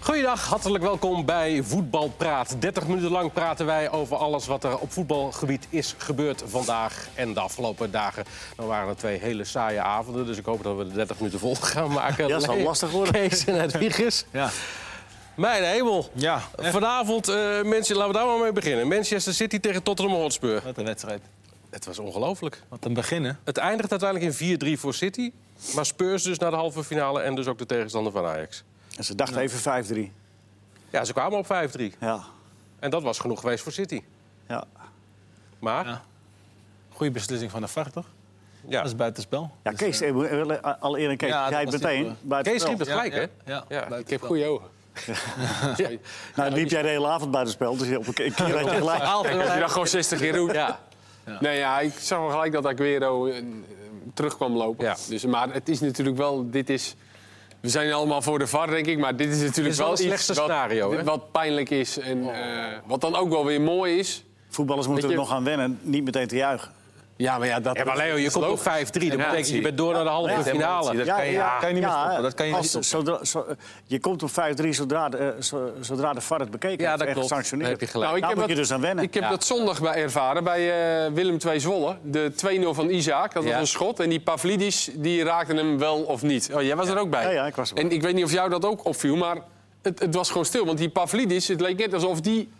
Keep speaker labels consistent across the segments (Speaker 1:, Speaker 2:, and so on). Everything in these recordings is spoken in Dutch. Speaker 1: Goeiedag, hartelijk welkom bij Voetbalpraat. 30 minuten lang praten wij over alles wat er op voetbalgebied is gebeurd vandaag en de afgelopen dagen. Dan waren er twee hele saaie avonden, dus ik hoop dat we de 30 minuten vol gaan maken.
Speaker 2: Ja, dat zal
Speaker 1: Nee,
Speaker 2: lastig worden.
Speaker 1: Kees en Hedwiges.
Speaker 3: Ja.
Speaker 1: Mijn hemel.
Speaker 3: Ja, echt.
Speaker 1: Vanavond, eh mensen, laten we daar maar mee beginnen. Manchester City tegen Tottenham Hotspur.
Speaker 3: Wat een wedstrijd.
Speaker 1: Het was ongelooflijk.
Speaker 3: Wat een begin, hè?
Speaker 1: Het eindigt uiteindelijk in 4-3 voor City. Maar Spurs dus naar de halve finale en dus ook de tegenstander van Ajax.
Speaker 2: En ze dachten even 5-3.
Speaker 1: Ja, ze kwamen op 5-3.
Speaker 2: Ja.
Speaker 1: En dat was genoeg geweest voor City.
Speaker 2: Ja.
Speaker 1: Maar
Speaker 3: Ja. Goede beslissing van de VAR, toch?
Speaker 1: ja,
Speaker 3: Dat is buitenspel.
Speaker 2: ja, Kees, eh, we willen al eerder Kees,
Speaker 3: Ja, dat
Speaker 2: jij
Speaker 3: was
Speaker 2: meteen
Speaker 3: niet goed.
Speaker 2: buiten
Speaker 1: Kees
Speaker 2: spel.
Speaker 1: riep het gelijk,
Speaker 3: ja,
Speaker 1: hè?
Speaker 3: ja.
Speaker 4: Ik heb goede ogen.
Speaker 1: Ja.
Speaker 2: Nou, liep jij de hele avond buiten spel, dus op een keer had je gelijk.
Speaker 1: Haal het
Speaker 4: Als je
Speaker 1: gelijk.
Speaker 4: dat gewoon 60 keer doet.
Speaker 1: Ja.
Speaker 4: Nee, ja, ik zag wel gelijk dat Aguero eh, eh, terug kwam lopen.
Speaker 1: Ja.
Speaker 4: Dus, maar het is natuurlijk wel... Dit is, we zijn allemaal voor de VAR, denk ik. Maar dit is natuurlijk
Speaker 1: Dit is wel het
Speaker 4: iets
Speaker 1: slechtste
Speaker 4: wat,
Speaker 1: scenario, hè?
Speaker 4: wat pijnlijk is. En eh, wat dan ook wel weer mooi is.
Speaker 2: Voetballers moeten
Speaker 4: Weet
Speaker 2: er
Speaker 4: je-
Speaker 2: nog aan wennen, niet meteen te juichen.
Speaker 4: Ja, maar ja, dat...
Speaker 1: Ja, maar Leo, je komt op 5-3. Dat betekent je bent door naar de halve finale.
Speaker 2: Ja, ja,
Speaker 3: kan je niet meer
Speaker 2: ja,
Speaker 3: stoppen, dat kan je
Speaker 2: als-
Speaker 3: niet stoppen.
Speaker 2: zodra- zo- eh, je komt op 5-3 zodra, de, eh, zo- zodra de VAR het bekeken
Speaker 1: Ja,
Speaker 2: heeft
Speaker 1: dat
Speaker 2: en
Speaker 1: klopt. Daar heb
Speaker 2: gesanctioneerd.
Speaker 1: je gelijk.
Speaker 2: Daar moet je dus aan wennen.
Speaker 4: Nou, Ik heb dat zondag bij ervaren bij eh, Willem II Zwolle. De 2-0 van Isaac, dat was
Speaker 1: Ja.
Speaker 4: een schot. En die Pavlidis, die raakte hem wel of niet. Oh, jij was er ook bij.
Speaker 2: Ja, ja, ik was erbij.
Speaker 4: En ik weet niet of jou dat ook opviel, maar het, het was gewoon stil. Want die Pavlidis, het leek net alsof die...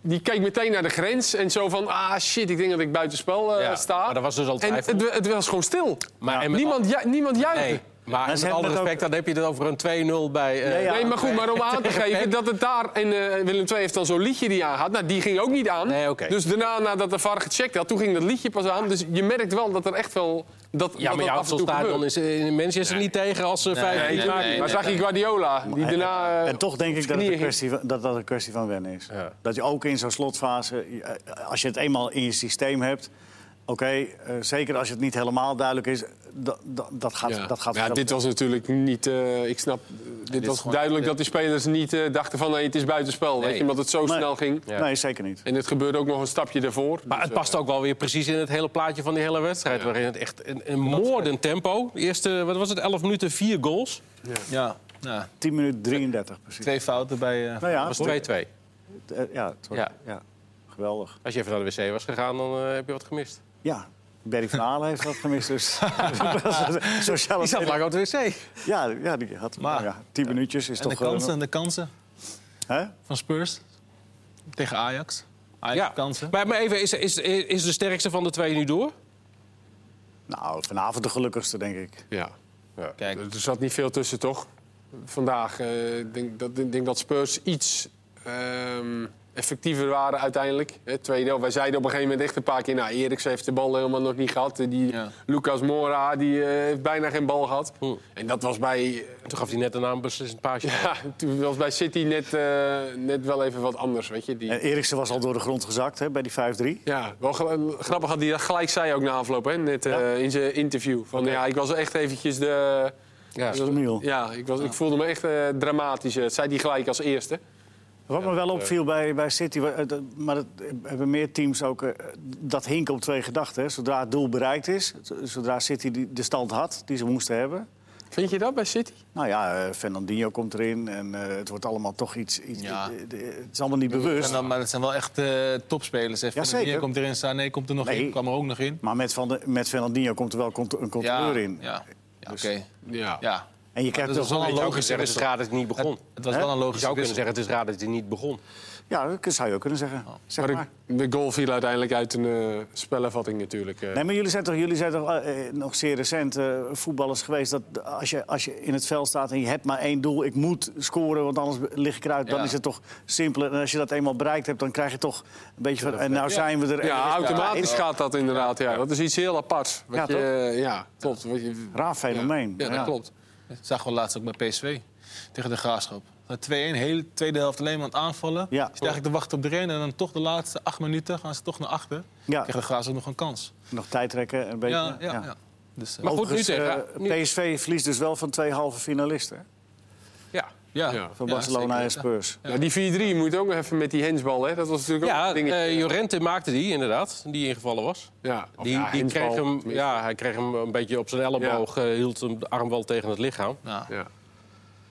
Speaker 4: Die keek meteen naar de grens en zo van... Ah, shit, ik denk dat ik buitenspel eh
Speaker 1: Ja,
Speaker 4: sta.
Speaker 1: maar dat was dus al
Speaker 4: en
Speaker 1: twijfel.
Speaker 4: het, het was gewoon stil.
Speaker 1: Maar- en met
Speaker 4: niemand, ju- niemand juichte.
Speaker 1: Nee, maar
Speaker 2: Maar
Speaker 1: met
Speaker 2: ze
Speaker 1: alle
Speaker 2: hebben het ook-
Speaker 1: respect, dan heb je het over een 2-0 bij... eh,
Speaker 2: Ja, ja.
Speaker 4: Nee, maar goed, maar om aan te geven dat het daar... En eh, Willem II heeft dan zo'n liedje die aangaat. Nou, die ging ook niet aan.
Speaker 1: Nee, oké.
Speaker 4: Dus daarna, nadat de VAR gecheckt had, toen ging dat liedje pas aan. Dus je merkt wel dat er echt wel... Dat,
Speaker 1: Ja,
Speaker 4: dat
Speaker 1: maar
Speaker 4: dat
Speaker 1: jouw
Speaker 4: af en toe
Speaker 1: stadion
Speaker 4: gebeurt.
Speaker 1: is in Manchester niet tegen als ze 5-3
Speaker 4: Nee, nee,
Speaker 1: maken.
Speaker 4: maar zag je Guardiola, die daarna... eh,
Speaker 2: En toch denk ik dat het
Speaker 4: knieën
Speaker 2: een kwestie van, dat dat een kwestie van wennen is. Dat je ook in zo'n slotfase, eh, als je het eenmaal in je systeem hebt... Oké, eh, zeker als het niet helemaal duidelijk is, dat, dat, dat gaat...
Speaker 4: ja.
Speaker 2: Dat gaat
Speaker 4: ja, dit was natuurlijk niet... eh, ik snap, dit, was
Speaker 3: gewoon-
Speaker 4: duidelijk dat die spelers niet eh, dachten van... nee, het is buitenspel, weet je, omdat het zo
Speaker 2: Nee.
Speaker 4: snel ging.
Speaker 2: Nee, zeker niet.
Speaker 4: En het gebeurde ook nog een stapje Dus, eh, daarvoor.
Speaker 1: Maar het past ook wel weer precies in het hele plaatje van die hele wedstrijd. Waarin het echt een, een moordend tempo. De eerste, wat was het, 11 minuten, 4 goals.
Speaker 3: Ja. ja.
Speaker 2: 10 minuten 33 precies.
Speaker 3: Twee fouten bij... eh
Speaker 2: Nou ja,
Speaker 1: Dat
Speaker 2: goed.
Speaker 1: was 2-2.
Speaker 2: Eh, ja, het wordt-
Speaker 1: Ja.
Speaker 2: ja, geweldig.
Speaker 1: Als je even naar de wc was gegaan, dan eh, heb je wat gemist.
Speaker 2: Ja, Berry van Aalen heeft dat gemist. Dus sociale
Speaker 1: Die zat
Speaker 2: media-
Speaker 1: lang op de wc.
Speaker 2: ja, ja, die had
Speaker 3: Maar-
Speaker 2: ja, 10 minuutjes is
Speaker 3: en de
Speaker 2: toch eh, wel-
Speaker 3: kansen, en de kansen
Speaker 2: Hè?
Speaker 3: van Spurs tegen Ajax. Ajax
Speaker 1: Ja.
Speaker 3: kansen.
Speaker 1: Maar, maar even, is, is, is de sterkste van de twee nu door?
Speaker 2: Nou, vanavond de gelukkigste, denk ik.
Speaker 4: Ja. ja.
Speaker 3: Kijk.
Speaker 4: Er zat niet veel tussen, toch? Vandaag. eh, Ik denk, dat, ik denk dat Spurs iets ehm, effectiever waren uiteindelijk. Hè, tweede, wij zeiden op een gegeven moment echt een paar keer... Nou, Eriks heeft de bal helemaal nog niet gehad. Eh, Die
Speaker 3: Ja.
Speaker 4: Lucas Moura die, eh, heeft bijna geen bal gehad.
Speaker 1: Oeh.
Speaker 4: En dat was bij,
Speaker 1: Toen gaf hij net een naambeslissend paasje.
Speaker 4: ja, toen was bij City net, eh, net wel even wat anders, weet je. Die,
Speaker 2: En Eriksen was al door de grond gezakt hè, bij die 5-3.
Speaker 4: Ja, wel gel- grappig dat hij dat gelijk zei ook na afloop, hè? net eh, in zijn interview. Van, ja, ik was echt eventjes de...
Speaker 1: Ja.
Speaker 4: ik was-
Speaker 2: Smiel.
Speaker 4: ja, ik, was, ik voelde me echt eh, dramatisch. eh, Dat zei hij gelijk als eerste.
Speaker 2: Wat me wel opviel bij, bij City, wa- eh, dat- maar dat hebben meer teams ook... eh, dat hinken op twee gedachten. hè. Zodra het doel bereikt is, z- zodra City die, de stand had die ze moesten hebben...
Speaker 4: Vind je dat bij City?
Speaker 2: Nou ja, eh, Fernandinho komt erin en eh, het wordt allemaal toch iets... iets
Speaker 3: Ja.
Speaker 2: eh, eh, het is allemaal niet bewust.
Speaker 3: En dan, maar dat zijn wel echt eh, topspelers. hè.
Speaker 2: Jazeker.
Speaker 3: Fernandinho komt erin staan. Nee, komt er nog
Speaker 2: Nee.
Speaker 3: in. Kwam er ook nog in.
Speaker 2: Maar met, van de, met Fernandinho komt er wel cont- een controleur in.
Speaker 3: Ja. ja Oké.
Speaker 4: Ja.
Speaker 3: Ja.
Speaker 2: En je
Speaker 3: Maar
Speaker 2: krijgt
Speaker 3: dat is
Speaker 2: toch...
Speaker 3: wel een
Speaker 1: Je zou
Speaker 3: logische
Speaker 1: kunnen zeggen, het is
Speaker 3: wissel.
Speaker 1: raar dat het niet begon.
Speaker 3: Het, het was wel een
Speaker 1: Je
Speaker 3: logische
Speaker 1: zou kunnen
Speaker 3: wissel.
Speaker 1: zeggen, het is raar dat hij niet begon.
Speaker 2: Ja, dat zou je ook kunnen zeggen.
Speaker 3: Oh.
Speaker 2: Zeg maar.
Speaker 4: Maar de, de goal viel uiteindelijk uit een eh spellenvatting natuurlijk. eh.
Speaker 2: Nee, maar jullie zijn toch, jullie zijn toch eh, eh, nog zeer recent eh, voetballers geweest... dat als je, als je in het veld staat en je hebt maar één doel... ik moet scoren, want anders lig ik eruit. Dan
Speaker 3: Ja.
Speaker 2: is het toch simpeler. En als je dat eenmaal bereikt hebt, dan krijg je toch een beetje van... en nou zijn we er. en er
Speaker 4: Ja,
Speaker 2: is-
Speaker 4: automatisch gaat dat inderdaad. Ja. Dat is iets heel aparts. Wat
Speaker 2: Ja,
Speaker 4: je,
Speaker 2: toch?
Speaker 4: eh, ja, klopt. Wat je,
Speaker 2: Raar fenomeen.
Speaker 4: ja, dat klopt.
Speaker 3: Dat zagen we laatst ook bij PSV. Tegen de Graafschap. 2-1, hele tweede helft alleen maar aan het aanvallen.
Speaker 2: Ja.
Speaker 3: Ja. Is eigenlijk te wachten op de reden. En dan toch de laatste acht minuten gaan ze toch naar achter.
Speaker 2: Ja.
Speaker 3: Tegen de Graafschap nog een kans.
Speaker 2: Nog tijd trekken, een beetje.
Speaker 3: Ja, ja, ja. Dus, eh,
Speaker 1: Maar goed, nu
Speaker 2: Overigens,
Speaker 1: tegen...
Speaker 2: eh,
Speaker 1: nu-
Speaker 2: PSV verliest dus wel van twee halve finalisten. hè?
Speaker 1: ja.
Speaker 3: ja.
Speaker 4: Ja.
Speaker 2: Van
Speaker 3: Ja,
Speaker 2: Barcelona
Speaker 3: zeker.
Speaker 2: en Spurs.
Speaker 4: Nou, die 4-3 moet ook nog even met die hensbal. Hè. Dat was natuurlijk ook
Speaker 1: ja
Speaker 4: een dingetje.
Speaker 1: eh, Jorente maakte die inderdaad, die ingevallen was.
Speaker 4: ja. Of
Speaker 1: Die,
Speaker 4: ja,
Speaker 1: die
Speaker 4: hensbal,
Speaker 1: kreeg hem,
Speaker 4: tenminste.
Speaker 1: ja, hij kreeg hem een beetje op zijn elleboog, eh, hield hem de arm wel tegen het lichaam.
Speaker 3: Ja.
Speaker 4: Ja.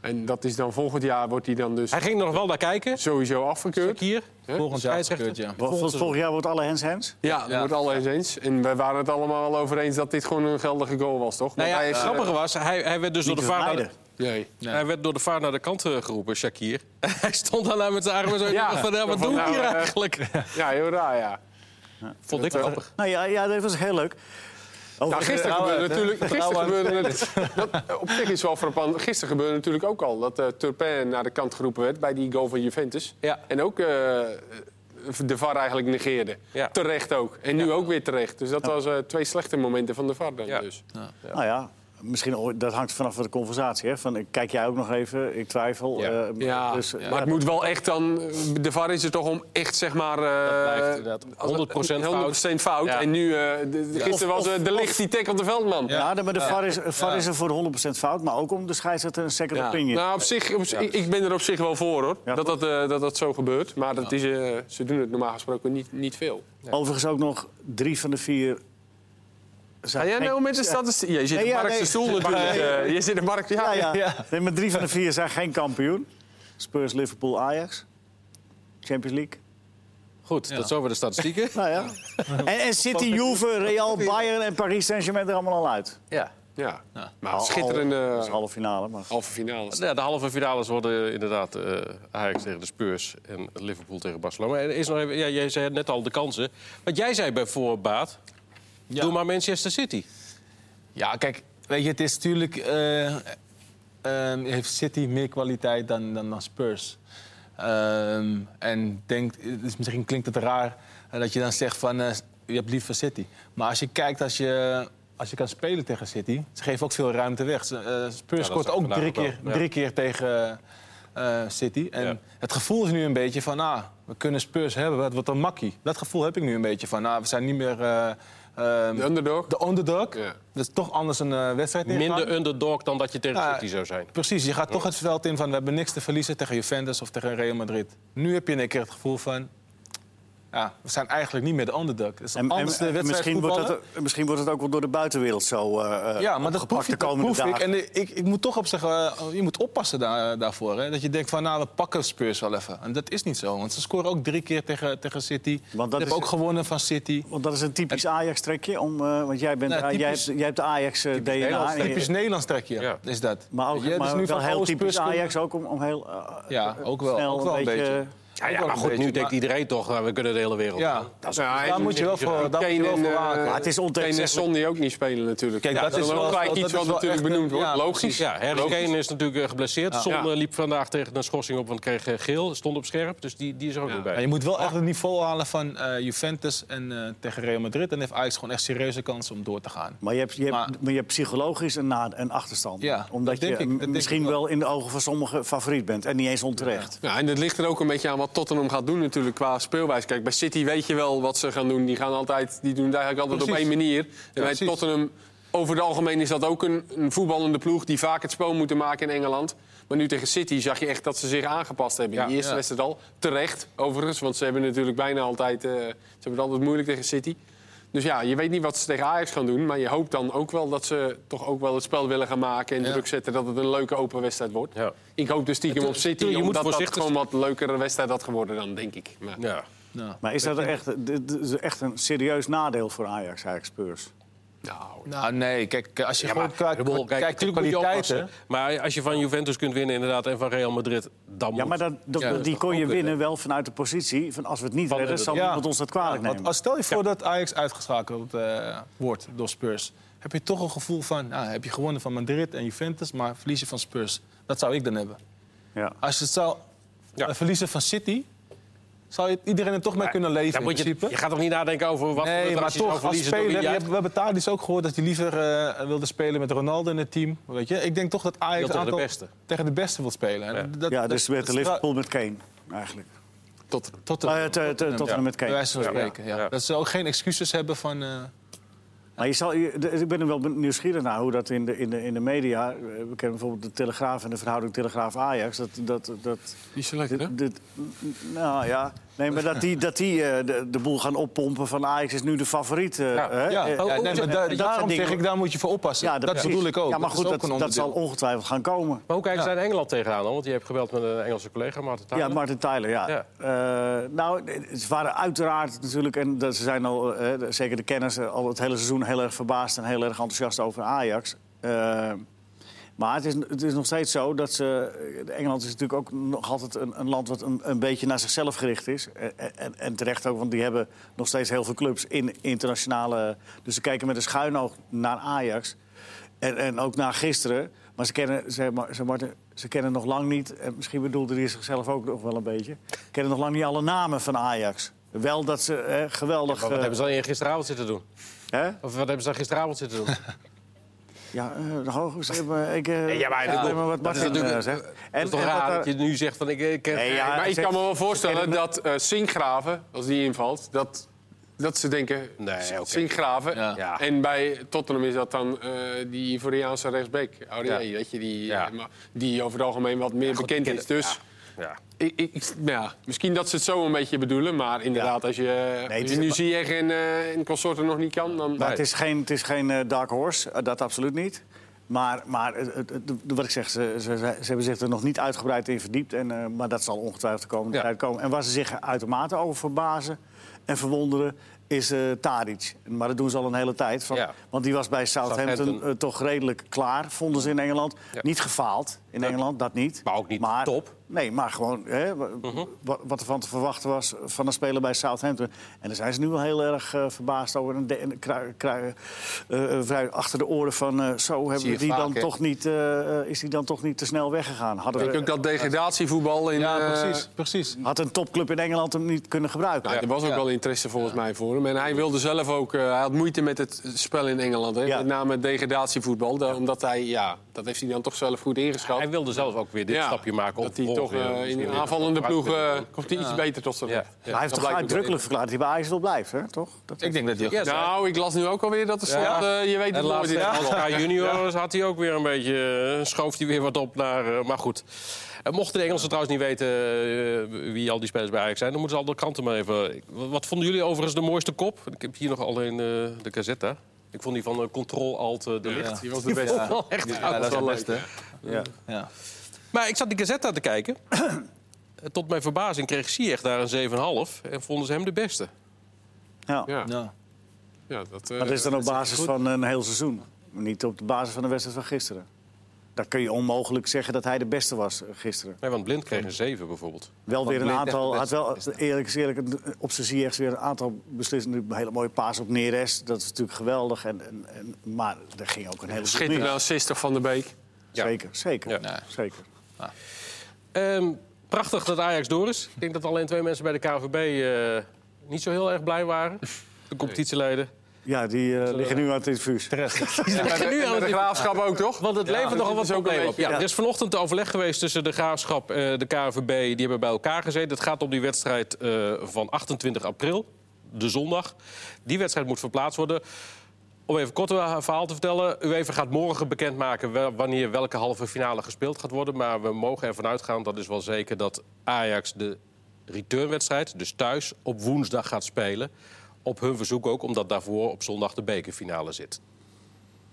Speaker 4: En dat is dan volgend jaar wordt hij dan dus
Speaker 1: Hij ging er nog wel naar kijken.
Speaker 4: sowieso afgekeurd.
Speaker 1: Hier.
Speaker 3: Volgend jaar
Speaker 1: Scheidsrechter.
Speaker 3: afgekeurd, ja.
Speaker 2: Volgens vorig jaar wordt alle hens hens.
Speaker 4: Ja, dat
Speaker 3: Ja.
Speaker 4: wordt al eens eens. En wij waren het allemaal al over eens dat dit gewoon een geldige goal was, toch?
Speaker 1: Nou
Speaker 4: Want
Speaker 1: ja,
Speaker 4: hij
Speaker 1: het
Speaker 4: is, eh,
Speaker 1: grappige was, hij, hij werd dus door de
Speaker 2: te
Speaker 1: VAR... naar de-
Speaker 2: vermijden.
Speaker 4: Nee.
Speaker 1: Hij werd door de VAR naar de kant eh, geroepen, Shakir. hij stond daarna met zijn armen zo
Speaker 4: Ja.
Speaker 1: ja. van, ja, wat
Speaker 4: Van,
Speaker 1: doen we
Speaker 4: nou,
Speaker 1: hier
Speaker 4: eh,
Speaker 1: eigenlijk?
Speaker 4: Ja, heel raar, ja.
Speaker 1: Vond ik grappig.
Speaker 2: Nou ja, ja, dat was heel leuk. Over-
Speaker 4: Nou, gisteren
Speaker 3: Vertrouwen,
Speaker 4: gebeurde
Speaker 3: hè?
Speaker 4: natuurlijk. Gisteren
Speaker 3: Vertrouwen.
Speaker 4: gebeurde het, dat, op zich is wel frappant. Gisteren gebeurde natuurlijk ook al dat eh Turpin naar de kant geroepen werd bij die goal van Juventus.
Speaker 1: Ja.
Speaker 4: En ook eh, de VAR eigenlijk negeerde.
Speaker 1: Ja.
Speaker 4: Terecht ook. En nu ook weer terecht. Dus dat was eh, twee slechte momenten van de VAR dan
Speaker 1: Ja.
Speaker 4: dus.
Speaker 2: Nou ja, misschien ooit- dat hangt vanaf de conversatie. Hè? Van, kijk jij ook nog even? Ik twijfel.
Speaker 1: Ja.
Speaker 2: eh,
Speaker 4: Ja,
Speaker 2: dus,
Speaker 4: maar het moet wel echt dan... De VAR is er toch om echt, zeg maar... eh,
Speaker 1: Dat blijft inderdaad 100% fout.
Speaker 4: 100% fout.
Speaker 1: Ja.
Speaker 4: En nu... eh, de- de- gisteren
Speaker 2: Of-
Speaker 4: was
Speaker 2: of-
Speaker 4: eh, de licht die tackelt de veldman.
Speaker 2: Ja, maar de VAR is, VAR
Speaker 3: Ja.
Speaker 2: is er voor 100% fout, maar ook om de scheidsrechter een second
Speaker 4: Ja.
Speaker 2: opinion.
Speaker 4: Nou, op zich, op zich- ik- ik ben er op zich wel voor, hoor.
Speaker 2: Ja.
Speaker 4: dat, dat, eh, dat dat zo gebeurt. Maar dat is, eh, ze doen het normaal gesproken niet, niet veel.
Speaker 2: Overigens ook nog drie van de vier. zijn
Speaker 4: Ga jij
Speaker 2: geen-
Speaker 4: nou met de statistiek... Je zit
Speaker 2: Nee,
Speaker 4: op
Speaker 2: ja,
Speaker 4: Mark
Speaker 2: nee.
Speaker 4: stoel natuurlijk.
Speaker 2: Nee.
Speaker 4: eh, je zit op Mark...
Speaker 2: Ja,
Speaker 4: Ja, ja.
Speaker 2: ja. Nee, maar drie van de vier zijn geen kampioen. Spurs, Liverpool, Ajax. Champions League.
Speaker 1: Goed, dat zijn over de statistieken.
Speaker 2: Nou ja. En, en City, Juve, Real, Bayern en Paris Saint-Germain er allemaal al uit.
Speaker 1: ja.
Speaker 4: Ja.
Speaker 2: Al-
Speaker 4: Maar
Speaker 2: al-
Speaker 4: schitterende
Speaker 2: Dat is halve finale, maar...
Speaker 4: halve finale.
Speaker 1: Ja, de halve finales worden eh, inderdaad eh, Ajax tegen de Spurs en Liverpool tegen Barcelona. En er is nog even, ja, jij zei net al de kansen. Want jij zei bij voorbaat,
Speaker 3: Ja.
Speaker 1: doe maar Manchester City.
Speaker 3: Ja, kijk, weet je, het is natuurlijk. eh, ehm, heeft City meer kwaliteit dan, dan, dan Spurs? Ehm, en denkt, het is- misschien klinkt het raar eh, dat je dan zegt van eh, je hebt liever City. Maar als je kijkt, als je, als je kan spelen tegen City, ze geven ook veel ruimte weg. Ze, eh, Spurs
Speaker 1: dat
Speaker 3: scoort
Speaker 1: zag ik
Speaker 3: ook
Speaker 1: vandaag
Speaker 3: drie
Speaker 1: ook wel,
Speaker 3: keer,
Speaker 1: ja.
Speaker 3: drie keer tegen eh, City. En
Speaker 1: Ja.
Speaker 3: het gevoel is nu een beetje van, ah, we kunnen Spurs hebben, wat wordt een makkie. Dat gevoel heb ik nu een beetje van, ah, we zijn niet meer. eh, ehm,
Speaker 4: De underdog.
Speaker 3: de underdog.
Speaker 4: Ja.
Speaker 3: Dat is toch anders een eh, wedstrijd ingaan.
Speaker 1: Minder underdog dan dat je tegen
Speaker 3: Ja.
Speaker 1: City zou zijn.
Speaker 3: Precies, je gaat toch het veld in van we hebben niks te verliezen tegen Juventus of tegen Real Madrid. Nu heb je in een keer het gevoel van ja, we zijn eigenlijk niet meer de underdog. Het is een anders de wedstrijd
Speaker 2: misschien, wordt
Speaker 3: voetballen.
Speaker 2: dat, misschien wordt het ook wel door de buitenwereld zo eh eh,
Speaker 3: ja, maar dat
Speaker 2: opgepakt
Speaker 3: proef,
Speaker 2: de
Speaker 3: ik, dat
Speaker 2: komende
Speaker 3: proef ik.
Speaker 2: dagen.
Speaker 3: En eh, ik, ik moet toch op zeggen, eh, je moet oppassen daar, daarvoor. Hè? Dat je denkt van, nou, we pakken Spurs wel even. En dat is niet zo, want ze scoren ook drie keer tegen, tegen City.
Speaker 2: Want dat
Speaker 3: Ze hebben
Speaker 2: is-
Speaker 3: ook gewonnen van City.
Speaker 2: Want dat is een typisch Ajax-trekje. Om, eh, want jij, bent,
Speaker 3: Nou,
Speaker 2: ah, jij, hebt,
Speaker 3: typisch-
Speaker 2: jij hebt de eh, Ajax-DNA.
Speaker 3: Typisch Nederlands trekje,
Speaker 1: Ja.
Speaker 3: is dat.
Speaker 2: eh, maar ook
Speaker 3: Ja, het is
Speaker 2: maar
Speaker 3: nu
Speaker 2: wel
Speaker 3: van,
Speaker 2: heel
Speaker 3: oh,
Speaker 2: typisch
Speaker 3: Spurs kunnen-
Speaker 2: Ajax ook om, om heel eh,
Speaker 3: Ja, ook wel,
Speaker 2: snel
Speaker 3: ook wel een beetje.
Speaker 1: Ja, ja, maar goed, nu denkt iedereen toch, eh, we kunnen de hele wereld.
Speaker 3: Ja,
Speaker 1: aan.
Speaker 4: Dat is, ja,
Speaker 3: daar
Speaker 4: en-
Speaker 3: moet je wel voor, daar moet je wel
Speaker 4: Kane en,
Speaker 3: voor
Speaker 4: eh,
Speaker 3: waken.
Speaker 2: Maar het is
Speaker 4: Kane en
Speaker 2: ontegenzeggelijk.
Speaker 4: Son die ook niet spelen natuurlijk.
Speaker 3: Kijk,
Speaker 4: Ja,
Speaker 3: dat
Speaker 4: dat
Speaker 3: is
Speaker 4: is wel
Speaker 3: wel-
Speaker 4: gelijk
Speaker 3: dat
Speaker 4: iets
Speaker 3: is
Speaker 4: wat
Speaker 3: wel
Speaker 4: natuurlijk
Speaker 3: echt een-
Speaker 4: benoemd wordt.
Speaker 3: ja,
Speaker 4: Logisch.
Speaker 1: Ja, Harry
Speaker 4: Logisch.
Speaker 1: Kane is natuurlijk eh, geblesseerd. Son
Speaker 4: Ja.
Speaker 1: eh, liep vandaag tegen een schorsing op, want kreeg eh, geel. Stond op scherp, dus die, die is er ook weer
Speaker 3: Maar
Speaker 1: bij.
Speaker 3: je moet wel echt het niveau halen van eh, Juventus en eh, tegen Real Madrid. Dan heeft Ajax gewoon echt serieuze kansen om door te gaan.
Speaker 2: Maar je hebt, je hebt,
Speaker 3: Maar-
Speaker 2: maar, je hebt psychologisch een, na- een achterstand.
Speaker 3: Ja,
Speaker 2: Omdat
Speaker 3: dat denk
Speaker 2: je
Speaker 3: ik, dat denk
Speaker 2: misschien
Speaker 3: ik wel.
Speaker 2: wel in de ogen van sommigen favoriet bent. En niet eens onterecht.
Speaker 4: Ja, en dat ligt er ook een beetje aan wat Tottenham gaat doen natuurlijk qua speelwijze. Kijk, bij City weet je wel wat ze gaan doen. Die, gaan altijd, die doen het eigenlijk altijd
Speaker 3: Precies.
Speaker 4: op één manier. En bij
Speaker 3: precies.
Speaker 4: Tottenham, over het algemeen is dat ook een, een voetballende ploeg... die vaak het spel moeten maken in Engeland. Maar nu tegen City zag je echt dat ze zich aangepast hebben.
Speaker 1: Ja,
Speaker 4: in die eerste
Speaker 3: ja.
Speaker 4: wedstrijd al. Terecht, overigens. Want ze hebben natuurlijk bijna altijd... eh, ze hebben het altijd moeilijk tegen City. Dus ja, je weet niet wat ze tegen Ajax gaan doen. Maar je hoopt dan ook wel dat ze toch ook wel het spel willen gaan maken... en druk zetten dat het een leuke open wedstrijd wordt.
Speaker 1: Ja.
Speaker 4: Ik hoop dus stiekem op City,
Speaker 1: Tuurlijk, je moet
Speaker 4: omdat dat
Speaker 1: voorzichtig
Speaker 4: gewoon een wat leukere wedstrijd had geworden dan, denk ik. Maar,
Speaker 1: Ja.
Speaker 3: Nou,
Speaker 2: Maar is dat echt, dit is echt een serieus nadeel voor Ajax, Ajax Spurs?
Speaker 4: nou,
Speaker 3: nou, nee, kijk, als je
Speaker 1: Ja,
Speaker 3: gewoon
Speaker 1: maar,
Speaker 3: qua,
Speaker 1: ik bedoel,
Speaker 3: qua-
Speaker 1: kijk,
Speaker 3: kijkt naar
Speaker 1: natuurlijk moet je
Speaker 3: kwaliteiten...
Speaker 1: oppassen. Maar als je van Juventus kunt winnen inderdaad en van Real Madrid, dan
Speaker 2: Ja,
Speaker 1: moet
Speaker 2: maar dat, dat-
Speaker 3: Ja, dat is
Speaker 2: die
Speaker 3: toch
Speaker 2: kon je
Speaker 3: ook
Speaker 2: winnen wel vanuit de positie van als we het niet redden, zal
Speaker 3: Ja.
Speaker 2: iemand ons dat kwalijk
Speaker 3: Ja, want
Speaker 2: nemen.
Speaker 3: als stel je voor dat Ajax uitgeschakeld eh, wordt door Spurs... heb je toch een gevoel van, nou, heb je gewonnen van Madrid en Juventus... maar verlies je van Spurs. Dat zou ik dan hebben.
Speaker 2: Ja.
Speaker 3: Als je het zou
Speaker 1: Ja.
Speaker 3: eh, verliezen van City... zou je iedereen er toch mee kunnen leven,
Speaker 1: Dan
Speaker 3: in
Speaker 1: moet je,
Speaker 3: principe.
Speaker 1: je gaat toch niet nadenken over wat
Speaker 3: Nee,
Speaker 1: gebeurt er
Speaker 3: maar
Speaker 1: als je zou
Speaker 3: toch, als
Speaker 1: verliezen door
Speaker 3: speler...
Speaker 1: wie
Speaker 3: je
Speaker 1: je-
Speaker 3: hebt- we hebben Tadic ook gehoord dat hij liever eh, wilde spelen met Ronaldo in het team. Weet je? Ik denk toch dat Ajax
Speaker 1: Wil tegen de
Speaker 3: aantal-
Speaker 1: beste.
Speaker 3: tegen de beste wil spelen. En dat-
Speaker 2: ja, dus
Speaker 3: dat-
Speaker 2: werd de
Speaker 3: dat-
Speaker 2: Liverpool met Kane eigenlijk.
Speaker 4: tot
Speaker 3: Tot
Speaker 2: Ah, ja, te- te- Tottenham
Speaker 3: ja.
Speaker 2: met Kane.
Speaker 3: Bij wijze van
Speaker 2: Ja.
Speaker 3: spreken, ja.
Speaker 1: Ja.
Speaker 3: Dat ze ook geen excuses hebben van... eh,
Speaker 2: Maar je zal, je- de- ik ben er wel nieuwsgierig naar hoe dat in de, in de, in de media... eh, We kennen bijvoorbeeld de Telegraaf en de verhouding Telegraaf-Ajax. Dat, dat, dat,
Speaker 4: Niet zo lekker, hè?
Speaker 2: dit- dit- nou ja, Nee, maar dat die, dat die eh, de, de boel gaan oppompen van Ajax is nu de favoriet. eh,
Speaker 1: Ja,
Speaker 2: hè?
Speaker 3: Ja,
Speaker 2: Eh,
Speaker 1: Oh,
Speaker 3: ja,
Speaker 1: oh,
Speaker 3: nee,
Speaker 1: ja,
Speaker 3: maar daar-
Speaker 2: dat
Speaker 3: daarom
Speaker 2: soort dingen-
Speaker 3: zeg ik, daar moet je voor oppassen.
Speaker 2: ja,
Speaker 3: dat
Speaker 2: precies.
Speaker 3: bedoel ik ook.
Speaker 2: Ja, maar
Speaker 3: Dat is
Speaker 2: goed,
Speaker 3: ook
Speaker 2: dat,
Speaker 3: een
Speaker 2: dat zal
Speaker 3: onderdeel.
Speaker 2: ongetwijfeld gaan komen.
Speaker 1: Maar hoe kijken ze naar Engeland tegenaan dan? Want je hebt gebeld met een Engelse collega, Maarten Tuijlen.
Speaker 2: Ja, Martin Tyler, ja. Eh, nou, ze waren uiteraard natuurlijk, en dat- ze zijn al, eh, zeker de kenners, eh, al het hele seizoen heel erg verbaasd en heel erg enthousiast over Ajax. Eh, maar het is, het is nog steeds zo dat ze. eh, Engeland is natuurlijk ook nog altijd een, een land wat een, een beetje naar zichzelf gericht is. Eh, En, en terecht ook, want die hebben nog steeds heel veel clubs in internationale. Dus ze kijken met een schuin oog naar Ajax. En, en ook na gisteren. Maar ze kennen, ze, maar- ze, Marten, ze kennen nog lang niet, en misschien bedoelde hij zichzelf ook nog wel een beetje... kennen nog lang niet alle namen van Ajax. Wel dat ze hè, geweldig...
Speaker 1: Maar
Speaker 2: eh,
Speaker 1: wat hebben ze dan gisteravond zitten doen?
Speaker 2: hè?
Speaker 1: Of wat hebben ze dan gisteravond zitten doen?
Speaker 2: Ja, eh, hoog, ze hebben- ik... eh,
Speaker 1: ja, maar
Speaker 2: ik weet
Speaker 1: dat-
Speaker 2: maar wat
Speaker 1: dat is
Speaker 2: Martin
Speaker 1: natuurlijk-
Speaker 2: eh, zegt.
Speaker 1: Het is toch
Speaker 2: en wat
Speaker 1: raar
Speaker 2: daar-
Speaker 1: dat je nu zegt van ik, ik ken...
Speaker 2: Nee, ja,
Speaker 4: maar ik
Speaker 2: het
Speaker 4: kan me
Speaker 2: zegt-
Speaker 4: wel voorstellen
Speaker 2: kennen
Speaker 4: dat eh Sinkgraven, als die invalt, dat, dat ze denken...
Speaker 1: Nee,
Speaker 4: S-
Speaker 1: oké.
Speaker 4: Sinkgraven.
Speaker 3: Ja.
Speaker 1: Ja.
Speaker 4: En bij Tottenham is dat dan eh, die Ivoriaanse rechtsback. Aurier, weet je, die,
Speaker 1: Ja.
Speaker 4: eh, maar- die over het algemeen wat meer
Speaker 1: goed,
Speaker 4: bekend
Speaker 1: die
Speaker 4: is.
Speaker 1: kennen-
Speaker 4: Dus
Speaker 1: Ja.
Speaker 4: ik, ik, ik- ja, misschien dat ze het zo een beetje bedoelen. Maar inderdaad, als je,
Speaker 2: Nee, het
Speaker 4: als
Speaker 2: is-
Speaker 4: je nu zie je geen eh, in consorten nog niet kan... dan
Speaker 2: Maar het is geen, het is geen eh, dark horse, eh, dat absoluut niet. Maar, maar eh, het- het- het- wat ik zeg, ze, ze, ze hebben zich er nog niet uitgebreid in verdiept. En, eh, maar dat zal ongetwijfeld de komende
Speaker 1: Ja.
Speaker 2: tijd komen. En waar ze zich uitermate over verbazen en verwonderen, is eh Tadic. Maar dat doen ze al een hele tijd. Van,
Speaker 1: Ja.
Speaker 2: Want die was bij Southampton,
Speaker 1: Southampton.
Speaker 2: eh, toch redelijk klaar, vonden ze in Engeland.
Speaker 1: Ja.
Speaker 2: Niet gefaald in Engeland, dat niet.
Speaker 1: Maar ook niet top.
Speaker 2: Nee, maar gewoon hè, wa- wa- wat er van te verwachten was van een speler bij Southampton. En daar zijn ze nu wel heel erg eh, verbaasd over. En de- en kru- kru- eh, eh, vrij achter de oren van eh, zo hebben
Speaker 3: je
Speaker 2: we die
Speaker 3: vaak,
Speaker 2: dan
Speaker 3: hè?
Speaker 2: toch niet, eh, eh, is die dan toch niet te snel weggegaan. Hadden
Speaker 4: Ik
Speaker 2: we,
Speaker 4: denk ook dat degradatievoetbal in...
Speaker 3: Ja,
Speaker 4: eh,
Speaker 3: precies. precies.
Speaker 2: had een topclub in Engeland hem niet kunnen gebruiken.
Speaker 4: Nou, er was ook
Speaker 3: Ja.
Speaker 4: wel interesse volgens mij voor hem. En hij wilde zelf ook... eh, hij had moeite met het spel in Engeland. Hè?
Speaker 2: Ja.
Speaker 4: Met name degradatievoetbal. da- Omdat hij... Ja, dat heeft hij dan toch zelf goed ingeschat.
Speaker 1: Hij wilde zelf ook weer dit
Speaker 4: Ja,
Speaker 1: stapje maken. om
Speaker 4: Dat hij
Speaker 1: vervolgens
Speaker 4: toch eh,
Speaker 1: weer
Speaker 4: in
Speaker 1: misschien
Speaker 4: een
Speaker 1: weer
Speaker 4: aanvallende
Speaker 1: vooruit
Speaker 4: ploeg...
Speaker 1: te
Speaker 4: eh,
Speaker 1: komen.
Speaker 4: komt hij iets beter tot zijn
Speaker 1: Ja.
Speaker 4: recht.
Speaker 1: Ja.
Speaker 2: Maar hij heeft
Speaker 4: dat
Speaker 2: toch
Speaker 4: blijkt ook
Speaker 2: uitdrukkelijk verklaard dat hij bij Ajax wil blijven, hè? toch? Dat
Speaker 3: Ik denk dat hij...
Speaker 1: Ja, zei-
Speaker 4: Nou, ik las nu ook alweer dat de slot...
Speaker 1: Ja.
Speaker 4: eh, je weet
Speaker 1: En
Speaker 4: het nooit.
Speaker 1: laatst
Speaker 4: in
Speaker 1: tegen
Speaker 4: het voetbal.
Speaker 1: Oscar Junior had hij ook weer een beetje... eh, schoof hij weer wat op naar... eh, maar goed. Eh, Mochten de Engelsen trouwens niet weten eh, wie al die spelers bij Ajax zijn... dan moeten ze al de kranten maar even... Ik- Wat vonden jullie overigens de mooiste kop? Ik heb hier nog alleen eh, de Gazetta. Ik vond die van eh, Control Alt eh, de Licht.
Speaker 4: Die was de beste.
Speaker 1: Ja. Wel echt
Speaker 3: Ja, dat is het
Speaker 4: wel
Speaker 3: beste.
Speaker 2: Ja.
Speaker 3: Ja.
Speaker 1: Maar ik zat die Gazetta te kijken. En Tot mijn verbazing kreeg Ziyech daar een 7,5. En vonden ze hem de beste.
Speaker 2: Ja.
Speaker 4: Ja.
Speaker 3: Ja.
Speaker 4: Ja, dat, eh,
Speaker 2: Maar dat is dan op
Speaker 4: echt
Speaker 2: basis
Speaker 4: goed.
Speaker 2: van een heel seizoen. Niet op de basis van de wedstrijd van gisteren. Dan kun je onmogelijk zeggen dat hij de beste was eh, gisteren.
Speaker 1: Nee, want Blind kreeg een 7 bijvoorbeeld.
Speaker 2: Wel weer een
Speaker 3: Blind
Speaker 2: aantal, had
Speaker 3: echt
Speaker 2: wel eerlijk is eerlijk, een- op zijn zie weer een aantal beslissende, een hele mooie paas op Neres. Dat is natuurlijk geweldig. En, en, en, maar er ging ook een hele
Speaker 4: Schitterende assist toch van de Beek.
Speaker 1: Ja.
Speaker 2: Zeker, zeker,
Speaker 1: Ja.
Speaker 3: Nee.
Speaker 2: zeker.
Speaker 1: Ehm, prachtig dat Ajax door is. Ik denk dat alleen twee mensen bij de KVB eh, niet zo heel erg blij waren. De competitieleider.
Speaker 2: Ja, die eh, liggen nu aan het infuus.
Speaker 4: En bij de,
Speaker 1: nu
Speaker 4: en
Speaker 1: aan
Speaker 4: bij de
Speaker 1: het-
Speaker 4: graafschap ook, toch?
Speaker 1: Want het levert nogal wat
Speaker 4: is ook een
Speaker 1: problemen op.
Speaker 4: beetje-
Speaker 1: Ja,
Speaker 2: ja.
Speaker 1: er is vanochtend overleg geweest tussen de Graafschap, eh, de KNVB. Die hebben bij elkaar gezeten. Het gaat om die wedstrijd eh, van 28 april, de zondag. Die wedstrijd moet verplaatst worden. Om even kort een verhaal te vertellen. UEFA gaat morgen bekendmaken wel- wanneer welke halve finale gespeeld gaat worden. Maar we mogen ervan uitgaan, dat is wel zeker, dat Ajax de returnwedstrijd, dus thuis, op woensdag gaat spelen. Op hun verzoek ook, omdat daarvoor op zondag de bekerfinale zit.